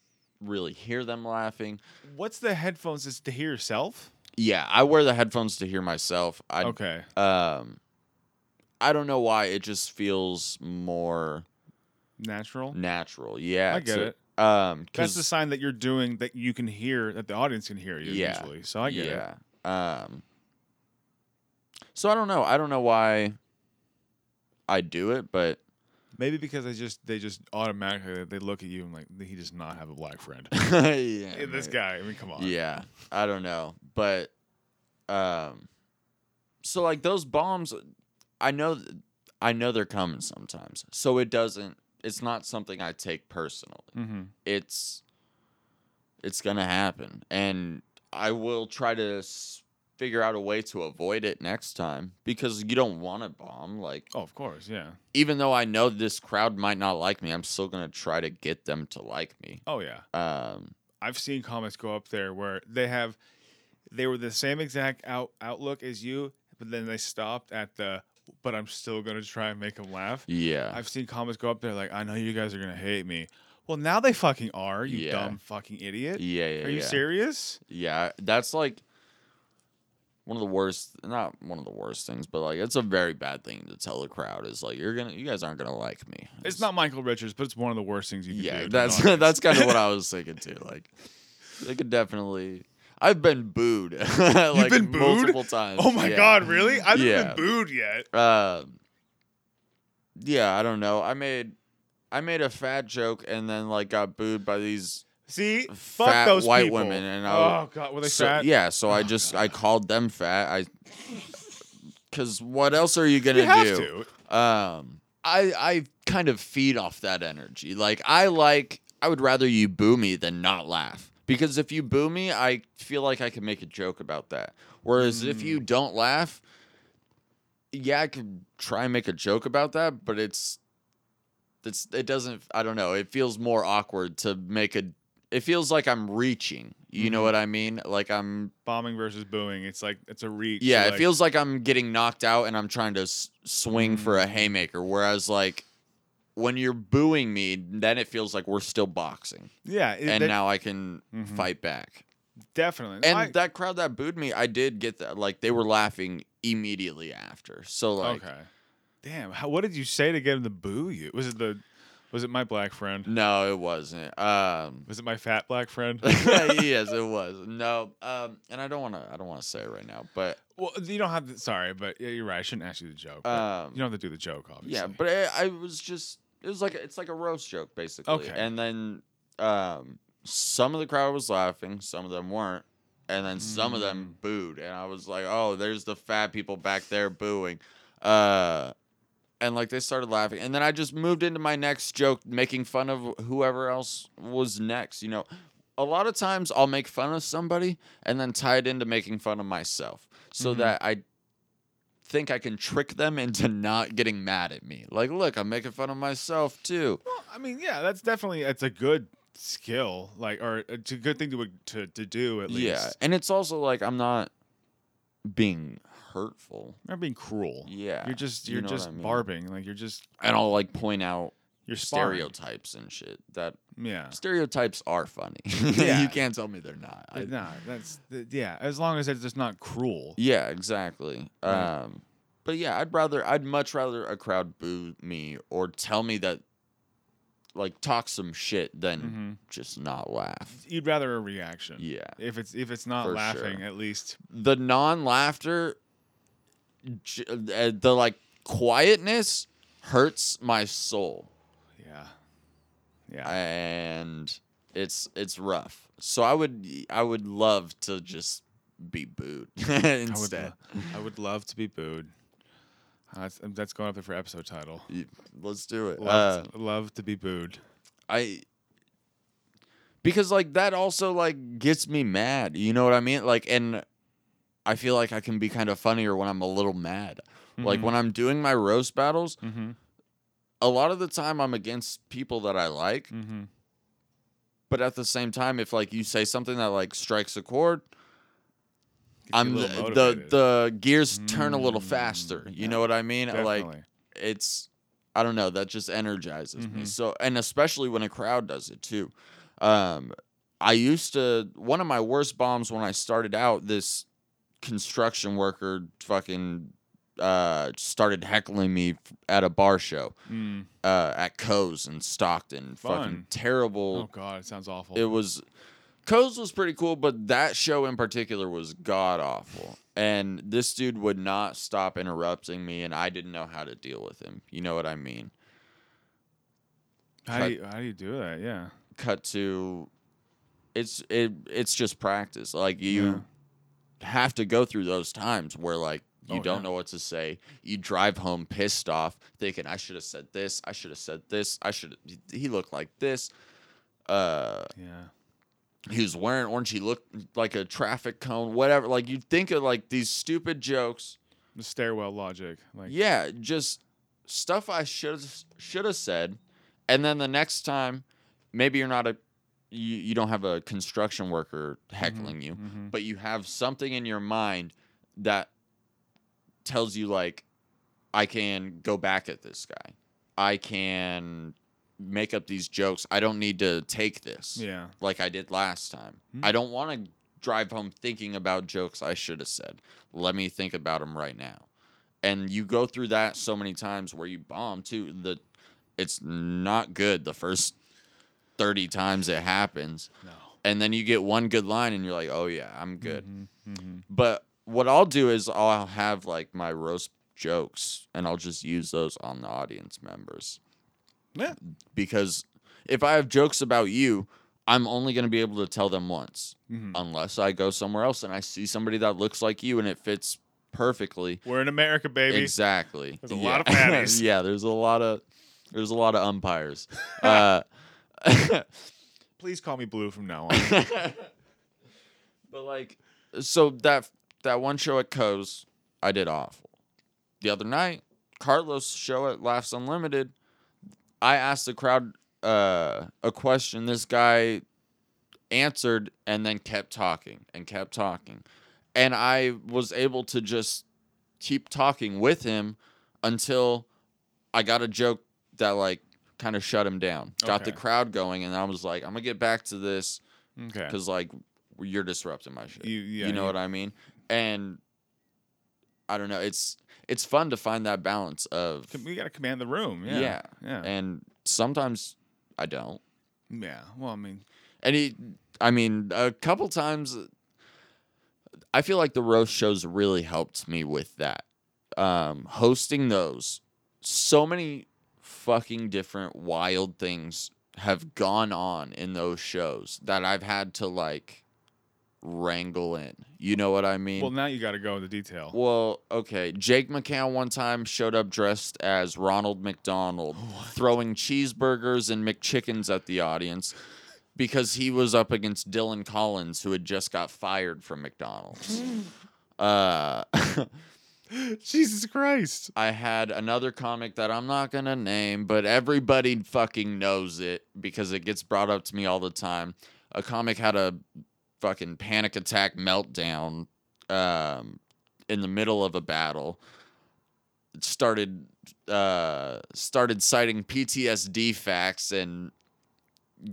really hear them laughing.
What's the headphones? Is to hear yourself?
Yeah, I wear the headphones to hear myself. I
Okay.
um i don't know why it just feels more
Natural.
natural yeah
I get
to-
it.
um
That's the
'cause-
sign that you're doing that you can hear that the audience can hear you
Yeah.
eventually. So I get it.
yeah um so i don't know i don't know why i do it but
Maybe because they just they just automatically they look at you and like he does not have a black friend.
yeah,
Hey, this
maybe.
guy, I mean, come on.
yeah i don't know but um so like those bombs i know th- i know they're coming sometimes so it doesn't it's not something i take personally
Mm-hmm.
it's it's gonna happen and i will try to s- figure out a way to avoid it next time because you don't want to bomb like
Oh, of course, yeah.
even though i know this crowd might not like me i'm still gonna try to get them to like me
Oh, yeah.
um
I've seen comics go up there where they have they were the same exact out outlook as you, but then they stopped at the. But I'm still gonna try and make them laugh.
yeah
I've seen comics go up there like, I know you guys are gonna hate me. Well, now they fucking are. You
Yeah.
dumb fucking idiot.
yeah yeah
are you
yeah.
serious?
yeah that's like one of the worst not one of the worst things but like it's a very bad thing to tell the crowd is like you're gonna you guys aren't gonna like me
It's not Michael Richards, but it's one of the worst things you can do.
yeah
to an
that's
audience.
that's kind of what i was thinking too like they could definitely i've been booed like
been booed?
multiple times
Oh my
yeah.
god, really? I haven't
Yeah.
been booed yet.
um yeah i don't know i made i made a fat joke and then like got booed by these
See, fuck
Fat
those
white
people.
women, and I
oh god, were they
so,
fat?
yeah so i just i called them fat i because what else are you gonna
you have
do
to.
um i i kind of feed off that energy like i like i would rather you boo me than not laugh because if you boo me i feel like i can make a joke about that whereas if you don't laugh yeah i could try and make a joke about that but it's it's it doesn't i don't know it feels more awkward to make a it feels like i'm reaching you know
Mhm.
what i mean like i'm
Bombing versus booing. It's like it's a reach.
yeah,
like-
it feels like I'm getting knocked out and I'm trying to s- swing for
Mm.
a haymaker. Whereas, like, when you're booing me, then it feels like we're still boxing.
yeah. It,
And
that-
now I can
Mhm.
fight back.
definitely. No,
And
I-
that crowd that booed me, I did get that. Like, they were laughing immediately after. So, like,
okay. Damn, how, what did you say to get him to boo you? Was it the, was it my black friend?
no, it wasn't. Um,
Was it my fat black friend?
yes, it was. No, um, and I don't want to. I don't want to say it right now, but
Well, you don't have to. Sorry, but yeah, you're right. I shouldn't ask you the joke. but
Um,
you don't have to do the joke, obviously.
Yeah, but I, I was just it was like it's like a roast joke basically.
Okay.
And then um some of the crowd was laughing, some of them weren't, and then some of them
Mm.
booed. And I was like, "Oh, there's the fat people back there booing." Uh and like they started laughing. And then I just moved into my next joke making fun of whoever else was next, you know. A lot of times I'll make fun of somebody and then tie it into making fun of myself so
Mhm.
that I think I can trick them into not getting mad at me. Like, look, I'm making fun of myself too.
Well, I mean, yeah, that's definitely it's a good skill, like or it's a good thing to to, to do at least.
Yeah. And it's also like I'm not being hurtful.
not being cruel.
Yeah.
you're just
you
you're
know what
just
I mean.
barbing, like you're just
And I'll like point out
you're sparring.
stereotypes and shit that
Yeah,
stereotypes are funny.
Yeah.
you can't tell me they're not. I-
no, that's th- yeah. As long as it's just not cruel.
yeah, exactly.
Right.
Um, but yeah, I'd rather, I'd much rather a crowd boo me or tell me that, like, talk some shit than
Mhm.
just not laugh.
You'd rather a reaction.
Yeah.
If it's if it's not
For
laughing,
sure.
at least
The non laughter, j- uh, the like quietness hurts my soul.
yeah, yeah.
and it's it's rough. So I would I would love to just be booed
I would,
instead.
lo- I would love to be booed. Uh, that's, that's going up there for episode title.
You- Let's do it. Uh,
Love, to- love to be booed.
I because like that also like gets me mad. You know what I mean? Like and I feel like I can be kind of funnier when I'm a little mad. Like
Mhm.
when I'm doing my roast battles,
Mm-hmm.
a lot of the time I'm against people that I like,
Mm-hmm.
but at the same time if like you say something that like strikes a chord, I'm the, the the gears turn a little faster. You know what I mean? Like it's I don't know, that just energizes me.
Mhm.
So and especially when a crowd does it too. Um I used to one of my worst bombs when I started out this construction worker fucking uh started heckling me f- at a bar show
Mm.
uh at Co's in Stockton. Fucking
Fun. Oh
terrible
God, it sounds awful.
it was Co's was pretty cool, but that show in particular was god awful. And this dude would not stop interrupting me, and I didn't know how to deal with him. You know what I mean?
how, do you, how do you do that? Yeah.
Cut to it's it it's just practice. Like you have to go through those times where like you
Oh,
don't
yeah.
know what to say. You drive home pissed off, thinking I should have said this, I should have said this, I should he looked like this. Uh
Yeah.
he was wearing orange. He looked like a traffic cone, whatever. Like you think of like these stupid jokes.
The stairwell logic. Like
Yeah, just stuff I should should have said. And then the next time, maybe you're not a you, you don't have a construction worker heckling you,
mhm.
but you have something in your mind that tells you like I can go back at this guy. I can make up these jokes. I don't need to take this
Yeah.
like I did last time.
Hmm.
I don't want to drive home thinking about jokes I should have said. Let me think about them right now. And you go through that so many times where you bomb too. The it's not good the first thirty times it happens,
No.
and then you get one good line and you're like, oh yeah, I'm good.
Mm-hmm.
But what I'll do is I'll have like my roast jokes and I'll just use those on the audience members
Yeah.
because if I have jokes about you, I'm only going to be able to tell them once,
Mhm.
unless I go somewhere else and I see somebody that looks like you and it fits perfectly.
We're in America, baby.
Exactly.
There's a lot of patties.
yeah, there's a lot of there's a lot of umpires. uh,
Please call me Blue from now on.
but like, so that that one show at Co's, I did awful. The other night, Carlos' show at Laughs Unlimited, I asked the crowd uh, a question. This guy answered and then kept talking and kept talking, and I was able to just keep talking with him until I got a joke that like kind of shut him down, got the
Okay.
crowd going, and I was like, I'm gonna get back to this
okay.
because like you're disrupting my shit.
You,
You,
yeah,
know what I mean? And I don't know. It's it's fun to find that balance of
Com- We gotta command the room. Yeah.
Yeah.
Yeah.
and sometimes I don't.
yeah. Well, I mean,
And he, I mean, a couple times, I feel like the roast shows really helped me with that. Um, hosting those, so many fucking different wild things have gone on in those shows that I've had to like wrangle in. You know what I mean?
well, now you gotta go into detail.
Well, okay. Jake McCown one time showed up dressed as Ronald McDonald, throwing cheeseburgers and McChickens at the audience because he was up against Dylan Collins, who had just got fired from McDonald's. uh,
Jesus Christ.
I had another comic that I'm not gonna name, but everybody fucking knows it because it gets brought up to me all the time. A comic had a fucking panic attack meltdown um, in the middle of a battle. It started uh, started citing PTSD facts and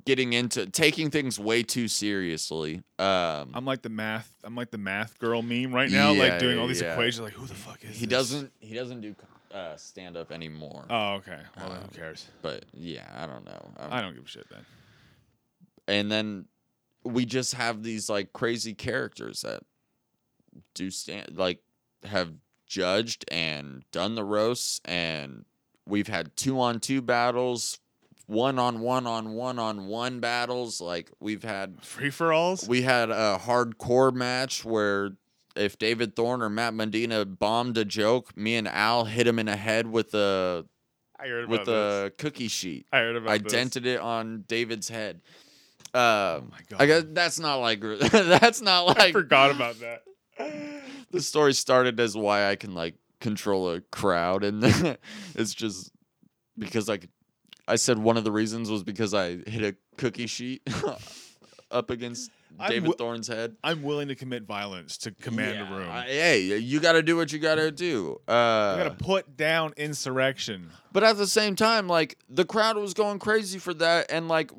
getting into taking things way too seriously. Um,
I'm like the math. I'm like the math girl meme right now,
Yeah,
like doing all these
yeah.
equations. Like, who the fuck is
he
this?
doesn't he doesn't do uh, stand up anymore.
Oh, okay. Well, then
Um,
who cares?
but yeah, I don't know. I'm-
I don't give a shit then.
and then we just have these like crazy characters that do stand like have judged and done the roasts and we've had two on two battles one on one on one on one battles like we've had
Free for alls.
we had a hardcore match where if David Thorne or Matt Medina bombed a joke, me and Al hit him in the head with a
I heard about
with a cookie sheet.
this. I heard about
I
this. Oh
dented it on David's head. Uh,
my
I guess
God.
that's not like that's not like
I forgot about that.
the story started as why I can like control a crowd, and it's just because like I said, one of the reasons was because I hit a cookie sheet up against
I'm
David
wi-
Thorne's head.
I'm willing to commit violence to command
Yeah,
a room.
I-
I,
hey, you got to do what you got to do. Uh,
gotta put down insurrection.
But at the same time, like the crowd was going crazy for that, and like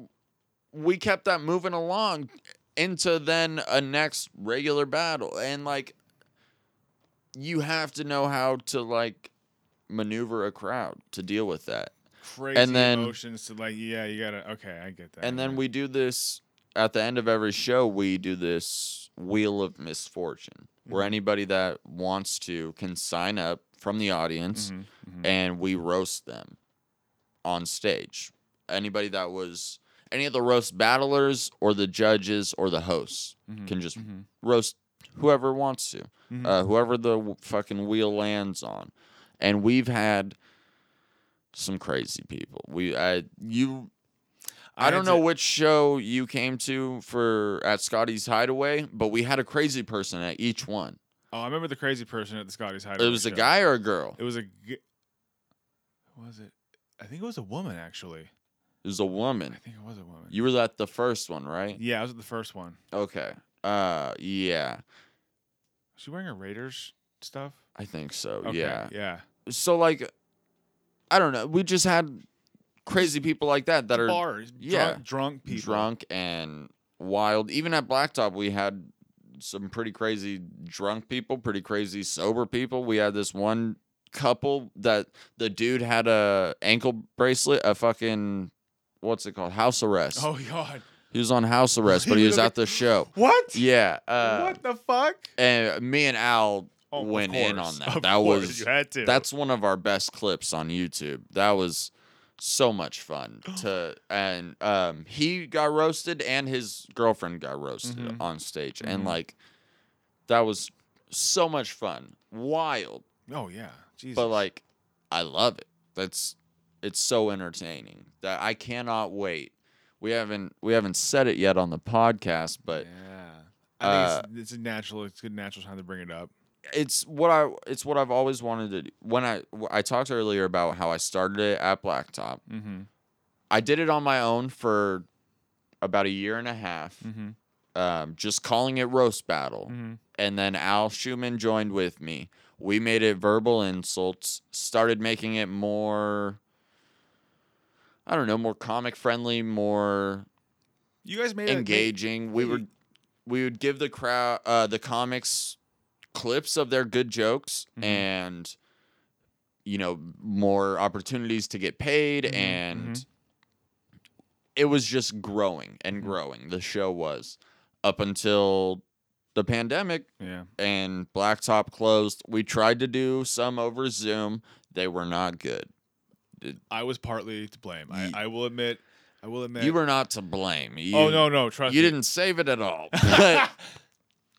we kept that moving along into then a next regular battle, and like you have to know how to like maneuver a crowd to deal with that.
Crazy
then-
emotions to like, yeah, you gotta. Okay, I get that.
And
yeah.
then we do this at the end of every show. We do this wheel of misfortune, where anybody that wants to can sign up from the audience.
Mhm, mhm.
and we roast them on stage. Anybody that was any of the roast battlers or the judges or the hosts
Mhm,
can just
mhm,
roast whoever wants to,
mhm.
uh, whoever the w- fucking wheel lands on. And we've had some crazy people. We I you I,
had
don't
to-
know which show you came to for at Scotty's Hideaway, but we had a crazy person at each one.
Oh, I remember the crazy person at the Scotty's Hideaway.
It was a
show.
guy or a girl.
It was a. G- was it? I think it was a woman actually.
It was a
I
woman.
think it was a woman.
You were at the first one, right?
yeah, I was at the first one.
Okay. Uh yeah,
Was she wearing her Raiders stuff?
I think so.
Okay,
Oh, Yeah.
Yeah.
So like I don't know, we just had crazy people like that that are
Bars.
yeah.
Drunk, drunk people.
drunk and wild. Even at Blacktop we had some pretty crazy drunk people, pretty crazy sober people. We had this one couple that the dude had a ankle bracelet, a fucking what's it called? House arrest.
Oh God.
He was on house arrest, but he was at the show.
What?
Yeah. Uh
what the fuck?
and Eh, me and Al
Oh, of
went in
course,
on that.
of
That
course,
was-
you had to.
That's one of our best clips on YouTube. That was so much fun to and um he got roasted and his girlfriend got roasted
Mhm.
on stage
Mhm.
and like that was so much fun. Wild,
oh yeah. Jesus.
but like I love it. That's it's so entertaining. That I cannot wait. We haven't we haven't said it yet on the podcast, but
yeah. I
uh,
think it's, it's a natural. It's a good natural time to bring it up.
it's what I it's what I've always wanted to do. When I I talked earlier about how I started it at Blacktop.
Mm-hmm.
I did it on my own for about a year and a half,
Mm-hmm.
um, just calling it roast battle.
Mm-hmm.
And then Al Schumann joined with me. We made it verbal insults, started making it more, I don't know, more comic friendly, more
You guys made It,
engaging. We
you-
would we would give the crowd uh, the comics clips of their good jokes
Mhm.
and you know more opportunities to get paid
Mhm,
and
mhm.
it was just growing and
Mhm.
growing the show was up until the pandemic
yeah.
and blacktop closed we tried to do some over zoom they were not good
I was partly to blame. I,
Ye-
I will admit. I will admit.
you were not to blame you,
oh no no trust
you
me.
didn't save it at all but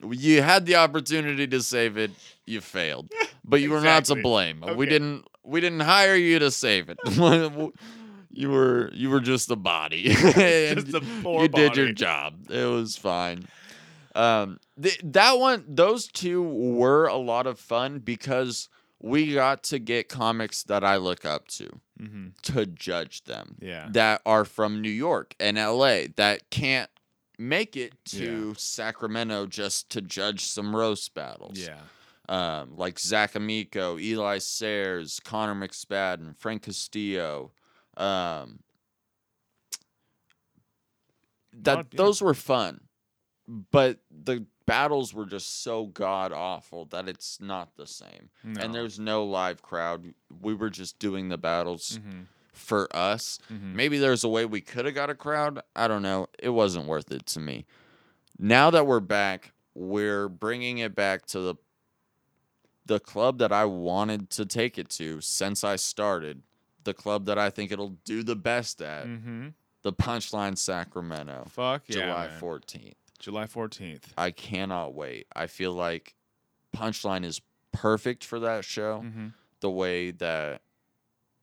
you had the opportunity to save it you failed but you were not to
Exactly.
blame we
Okay.
didn't we didn't hire you to save it you were you were just a body And
Just a poor
you did your
body.
job it was fine Um, th- that one, those two were a lot of fun because we got to get comics that I look up to
Mm-hmm.
to judge them
Yeah.
that are from New York and LA that can't make it to Sacramento just to judge some roast battles.
Yeah.
Um, like Zach Amico, Eli Sayers, Connor McSpadden, Frank Castillo. Um, that
Lot- yeah.
those were fun, but the battles were just so god awful that it's not the same. And there's no live crowd. We were just doing the battles
Mhm.
for us.
Mhm.
Maybe there's a way we could have got a crowd. I don't know. It wasn't worth it to me. Now that we're back, we're bringing it back to the the club that I wanted to take it to since I started. The club that I think it'll do the best at.
Mhm.
The Punchline Sacramento,
Fuck yeah.
oh, July
man.
14th.
July 14th.
I cannot wait. I feel like Punchline is perfect for that show
Mm-hmm.
the way that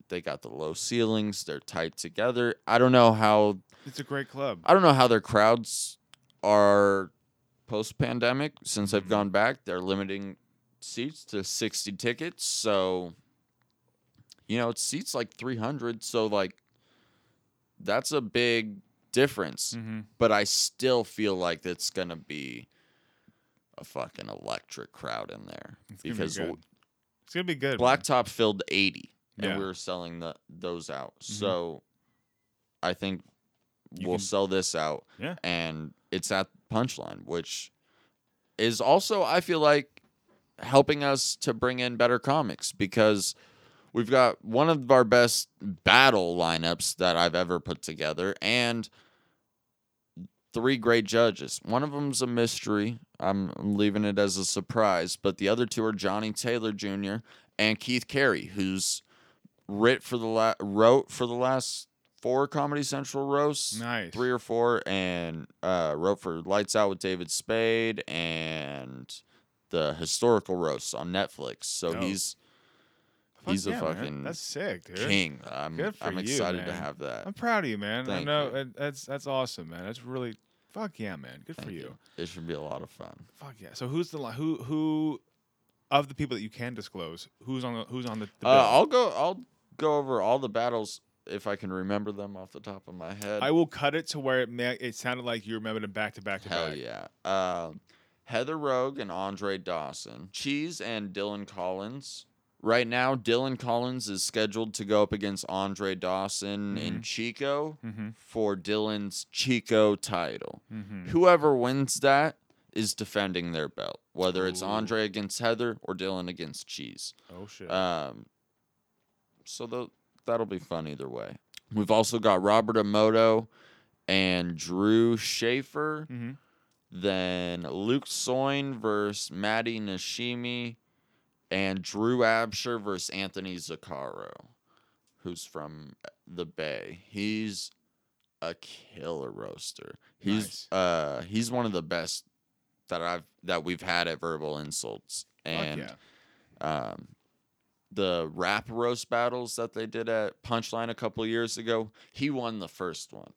they got the low ceilings, they're tight together. I don't know how
It's a great club.
I don't know how their crowds are post pandemic since I've
Mhm.
gone back. They're limiting seats to 60 tickets, so you know, it seats like 300, so like that's a big difference,
Mm-hmm.
but I still feel like it's going to be a fucking electric crowd in there
It's gonna be
because
good. It's gonna be good. man.
Blacktop filled 80 and
Yeah.
we were selling the, those out.
Mhm.
So I think
You
we'll
can-
sell this out.
Yeah.
And it's at Punchline, which is also, I feel like, helping us to bring in better comics because we've got one of our best battle lineups that I've ever put together and three great judges. One of them's a mystery. I'm I'm leaving it as a surprise, but the other two are Johnny Taylor Jr. and Keith Carey, who's writ for the la- wrote for the last four Comedy Central roasts
nice.
three or four, and uh, wrote for Lights Out with David Spade and the historical roasts on Netflix. So
Oh.
he's
Fuck
he's a
yeah, man.
fucking
That's sick, dude.
king. I'm
Good for
I'm
you,
excited to
man.
have that.
I'm proud of you, man. I
Thank
know
you.
it- that's that's awesome, man. That's really fuck yeah, man. Good
Thank
for you.
It should be a lot of fun.
Fuck yeah. So who's the li- who who of the people that you can disclose? Who's on the who's on the, the bill?
Uh, I'll go. I'll go over all the battles if I can remember them off the top of my head.
I will cut it to where it may, it sounded like you remembered them back to back to
Hell
back.
yeah. Um, Heather Rogue and Andre Dawson. Cheese and Dylan Collins. Right now, Dylan Collins is scheduled to go up against Andre Dawson
Mm-hmm.
in Chico
Mhm.
for Dylan's Chico title.
Mhm.
Whoever wins that is defending their belt, whether it's
Ooh.
Andre against Heather or Dylan against Cheese.
Oh shit.
Um, so tho- that'll be fun either way. We've also got Robert Emoto and Drew Schaefer
Mhm.
then Luke Soin versus Maddie Nishimi, and Drew Absher versus Anthony Zaccaro, who's from the Bay. He's a killer roaster. He's
Nice.
uh he's one of the best that I've that we've had at Verbal Insults, and
fuck
um, the rap roast battles that they did at Punchline a couple years ago, he won the first one.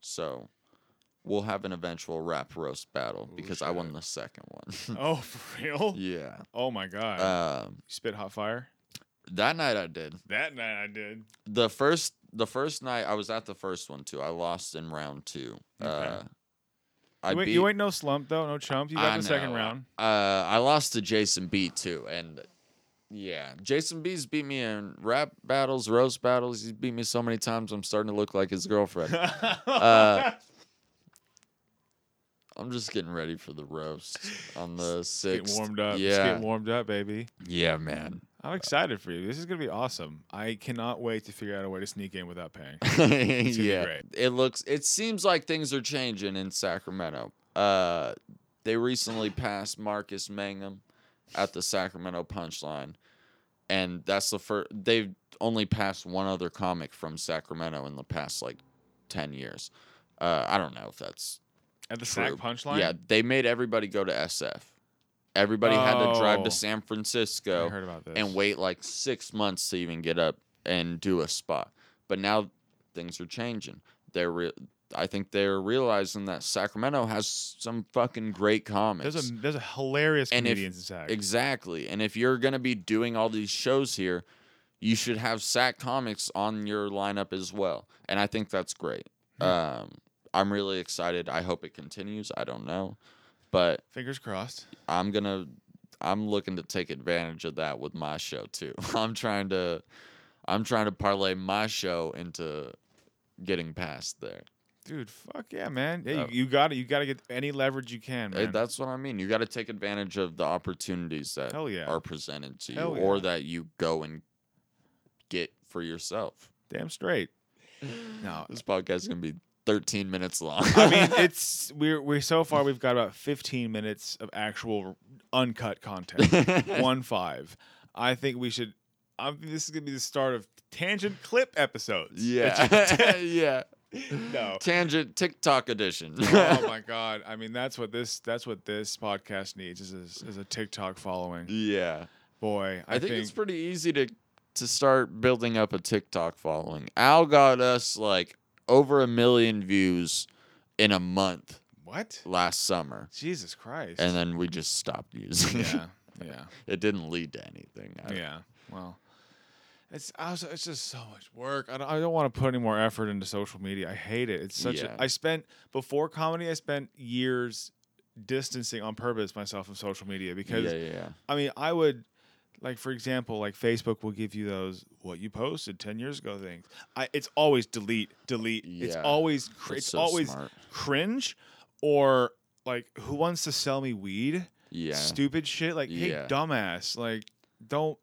So we'll have an eventual rap roast battle
Ooh,
because I won
shit.
the second
yeah.
one.
Oh for real?
yeah.
Oh my god.
Um,
you spit hot fire?
that night I did.
That night I did.
The first the first night I was at the first one too. I lost in round two.
Okay.
Uh, I
you, ain't,
beat,
you ain't no slump though, no chump. You got
I
the second
know.
round.
Uh, I lost to Jason B too, and yeah, Jason B's beat me in rap battles, roast battles. He's beat me so many times. I'm starting to look like his girlfriend. Uh, I'm just getting ready for the roast on the
get
sixth.
warmed up. Just
Yeah,
get warmed up, baby.
yeah, man.
I'm excited for you. This is gonna be awesome. I cannot wait to figure out a way to sneak in without paying. gonna be
yeah,
great.
it looks. It seems like things are changing in Sacramento. Uh, they recently passed Marcus Mangum at the Sacramento Punchline, and that's the first. They've only passed one other comic from Sacramento in the past like ten years. Uh, I don't know if that's
At the sack
True.
punchline.
yeah. They made everybody go to SF. Everybody had to drive
Oh.
to San Francisco
I heard about this.
and wait like six months to even get up and do a spot. But now things are changing. They're re- I think they're realizing that Sacramento has some fucking great comics.
There's a there's a hilarious
And if-
comedians in Sac.
Exactly. And if you're going to be doing all these shows here, you should have Sac Comics on your lineup as well. And I think that's great.
Hmm.
Um, I'm really excited. I hope it continues. I don't know. But
Fingers crossed.
I'm going to I'm looking to take advantage of that with my show too. I'm trying to I'm trying to parlay my show into getting past there.
Dude, fuck yeah, man. Yeah,
Uh,
you, you got to You got to get any leverage you can,
Eh,
man.
that's what I mean. You got to take advantage of the opportunities that
Hell yeah.
are presented to you,
Hell
or
yeah.
that you go and get for yourself.
Damn straight. No,
This podcast is gonna be 13 minutes long.
Uh, I mean, it's we're we're so far we've got about 15 minutes of actual uncut content. One five. I think we should. I think this is gonna be the start of tangent clip episodes.
yeah, yeah.
no.
Tangent TikTok edition.
oh my god! I mean, that's what this that's what this podcast needs is a, is a TikTok following.
yeah,
Boy,
I, think, it's pretty easy to to start building up a TikTok following. Al got us like over a million views in a month
what?
last summer,
Jesus Christ!
and then we just stopped using. it.
yeah, yeah,
it didn't lead to anything. I-
yeah. Well, it's I was, it's just so much work. I don't, I don't want to put any more effort into social media. I hate it. It's such.
Yeah.
A, I spent before comedy. I spent years distancing on purpose myself from social media
Yeah,
because
yeah, yeah.
I mean, I would like for example, like Facebook will give you those what you posted 10 years ago things. I it's always delete, delete. It's
Yeah.
always cr- it's,
That's so
always
smart.
cringe or like who wants to sell me weed?
yeah,
Stupid shit like hey
Yeah.
dumbass, like don't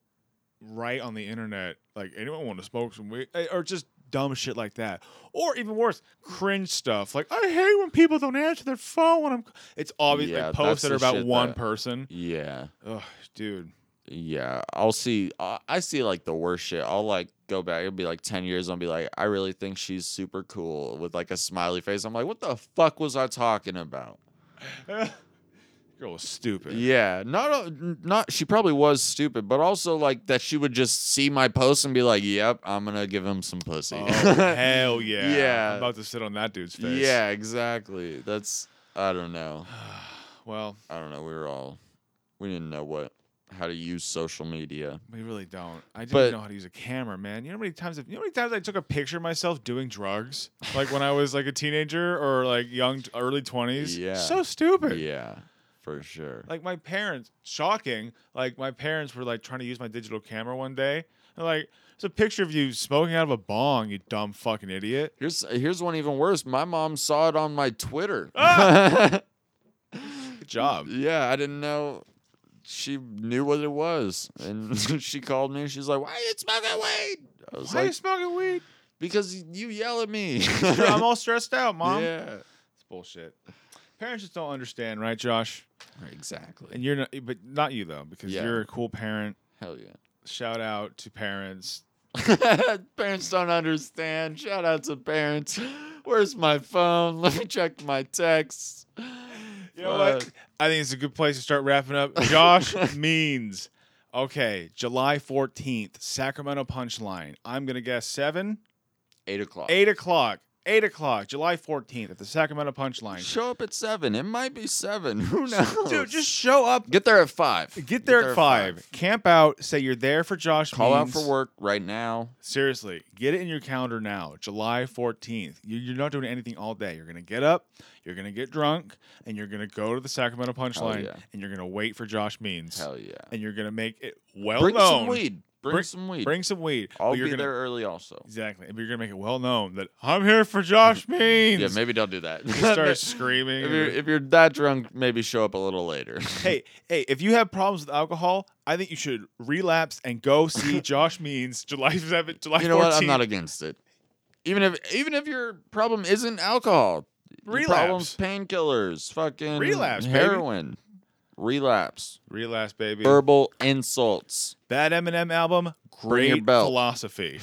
write on the internet like anyone want to smoke some weed Eh, or just dumb shit like that. Or even worse, cringe stuff. Like I hate when people don't answer their phone when I'm it's obvious
Yeah,
like posts
that's
that
the
are about
shit
one
that-
person.
yeah,
Ugh, dude.
yeah. I'll see. I I see like the worst shit. I'll like go back. It'll be like ten years. I'll be like, I really think she's super cool with like a smiley face. I'm like, what the fuck was I talking about?
girl was stupid.
Yeah, not a- not. She probably was stupid, but also like that she would just see my post and be like, yep, I'm gonna give him some pussy.
Oh, hell yeah.
Yeah.
I'm about to sit on that dude's face.
yeah, exactly. That's I don't know.
Well,
I don't know. We were all we didn't know what how to use social media.
we really don't. I didn't
But-
know how to use a camera, man. You know how many times I've, you know how many times I took a picture of myself doing drugs? Like when I was like a teenager or like young early 20s.
Yeah.
So stupid.
Yeah, for sure.
Like my parents, shocking. Like my parents were like trying to use my digital camera one day. They're like, "It's a picture of you smoking out of a bong, you dumb fucking idiot."
Here's here's one even worse. My mom saw it on my Twitter.
Ah! Good job.
yeah, I didn't know she knew what it was, and she called me. She's like, "Why are you smoking weed?" I
Why
was
are you
like,
smoking weed?
"Because you yell at me."
I'm all stressed out, mom.
Yeah,
It's bullshit. Parents just don't understand, right, Josh?
exactly.
And you're not, but not you though, because
Yeah.
you're a cool parent.
Hell
Shout out to parents.
yeah. parents don't understand. Shout out to parents. Where's my phone? Let me check my texts.
You know what? I think it's a good place to start wrapping up. Josh means okay. July fourteenth, Sacramento Punchline. I'm gonna guess seven,
Eight o'clock.
eight o'clock, eight o'clock, July fourteenth at the Sacramento Punchline.
Show up at seven. It might be seven. Who knows?
Dude, just show up.
get there at five.
Get there at five. Camp out. Say you're there for Josh.
Call out
Means.
for work right now.
Seriously, get it in your calendar now, July 14th. You- You're not doing anything all day. You're going to get up, you're going to get drunk, and you're going to go to the Sacramento Punchline,
yeah.
and you're going to wait for Josh Means.
Hell yeah.
And you're going to make it well
Bring
known.
some weed. Bring,
Bring-
some weed.
Bring some weed.
I'll
But
be
you're gonna,
there early also.
Exactly. But you're going to make it well known that I'm here for Josh Means.
Yeah, maybe don't do that.
You start
if
screaming.
you're if you're that drunk, maybe show up a little later.
hey, hey, if you have problems with alcohol, I think you should relapse and go see Josh Means July 7th, July
you know what? I'm
14th.
not against it. Even if even if your problem isn't alcohol, your
relapse.
problem's painkillers, fucking
Relapse, baby.
heroin, relapse,
Relapse, baby.
verbal insults.
That Eminem album,
Bring your
great
belt.
philosophy.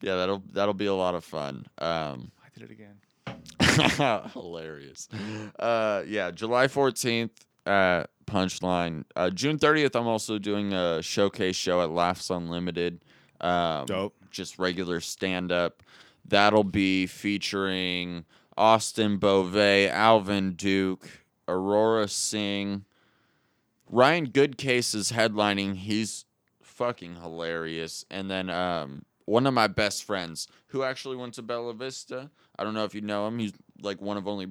Yeah, that'll that'll be a lot of fun. Um,
I did it again.
Hilarious. Uh, yeah, July 14th at Punchline. Uh, June 30th, I'm also doing a showcase show at Laughs Unlimited. Um,
Dope.
just regular stand up. That'll be featuring Austin Beauvais, Alvin Duke, Aurora Singh. Ryan Goodcase is headlining. He's fucking hilarious. And then um, one of my best friends who actually went to Bella Vista. I don't know if you know him. He's like one of only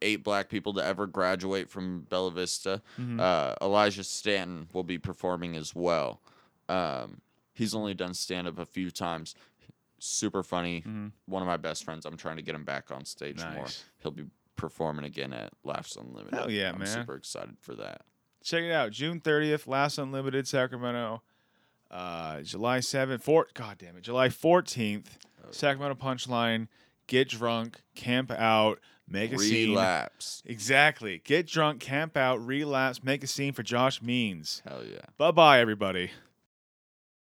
eight black people to ever graduate from Bella Vista.
Mhm.
Uh, Elijah Stanton will be performing as well. Um, he's only done stand up a few times. Super funny.
Mhm.
One of my best friends. I'm trying to get him back on stage more.
Nice.
He'll be performing again at Laughs Unlimited.
Hell yeah,
I'm
man.
super excited for that.
Check it out. June 30th, Last Unlimited, Sacramento. Uh, July 7th, four, God damn it. July 14th, Sacramento Punchline. Get drunk, camp out, make a scene.
Relapse.
Exactly. Get drunk, camp out, relapse, make a scene for Josh Means.
Hell yeah.
Bye bye, everybody.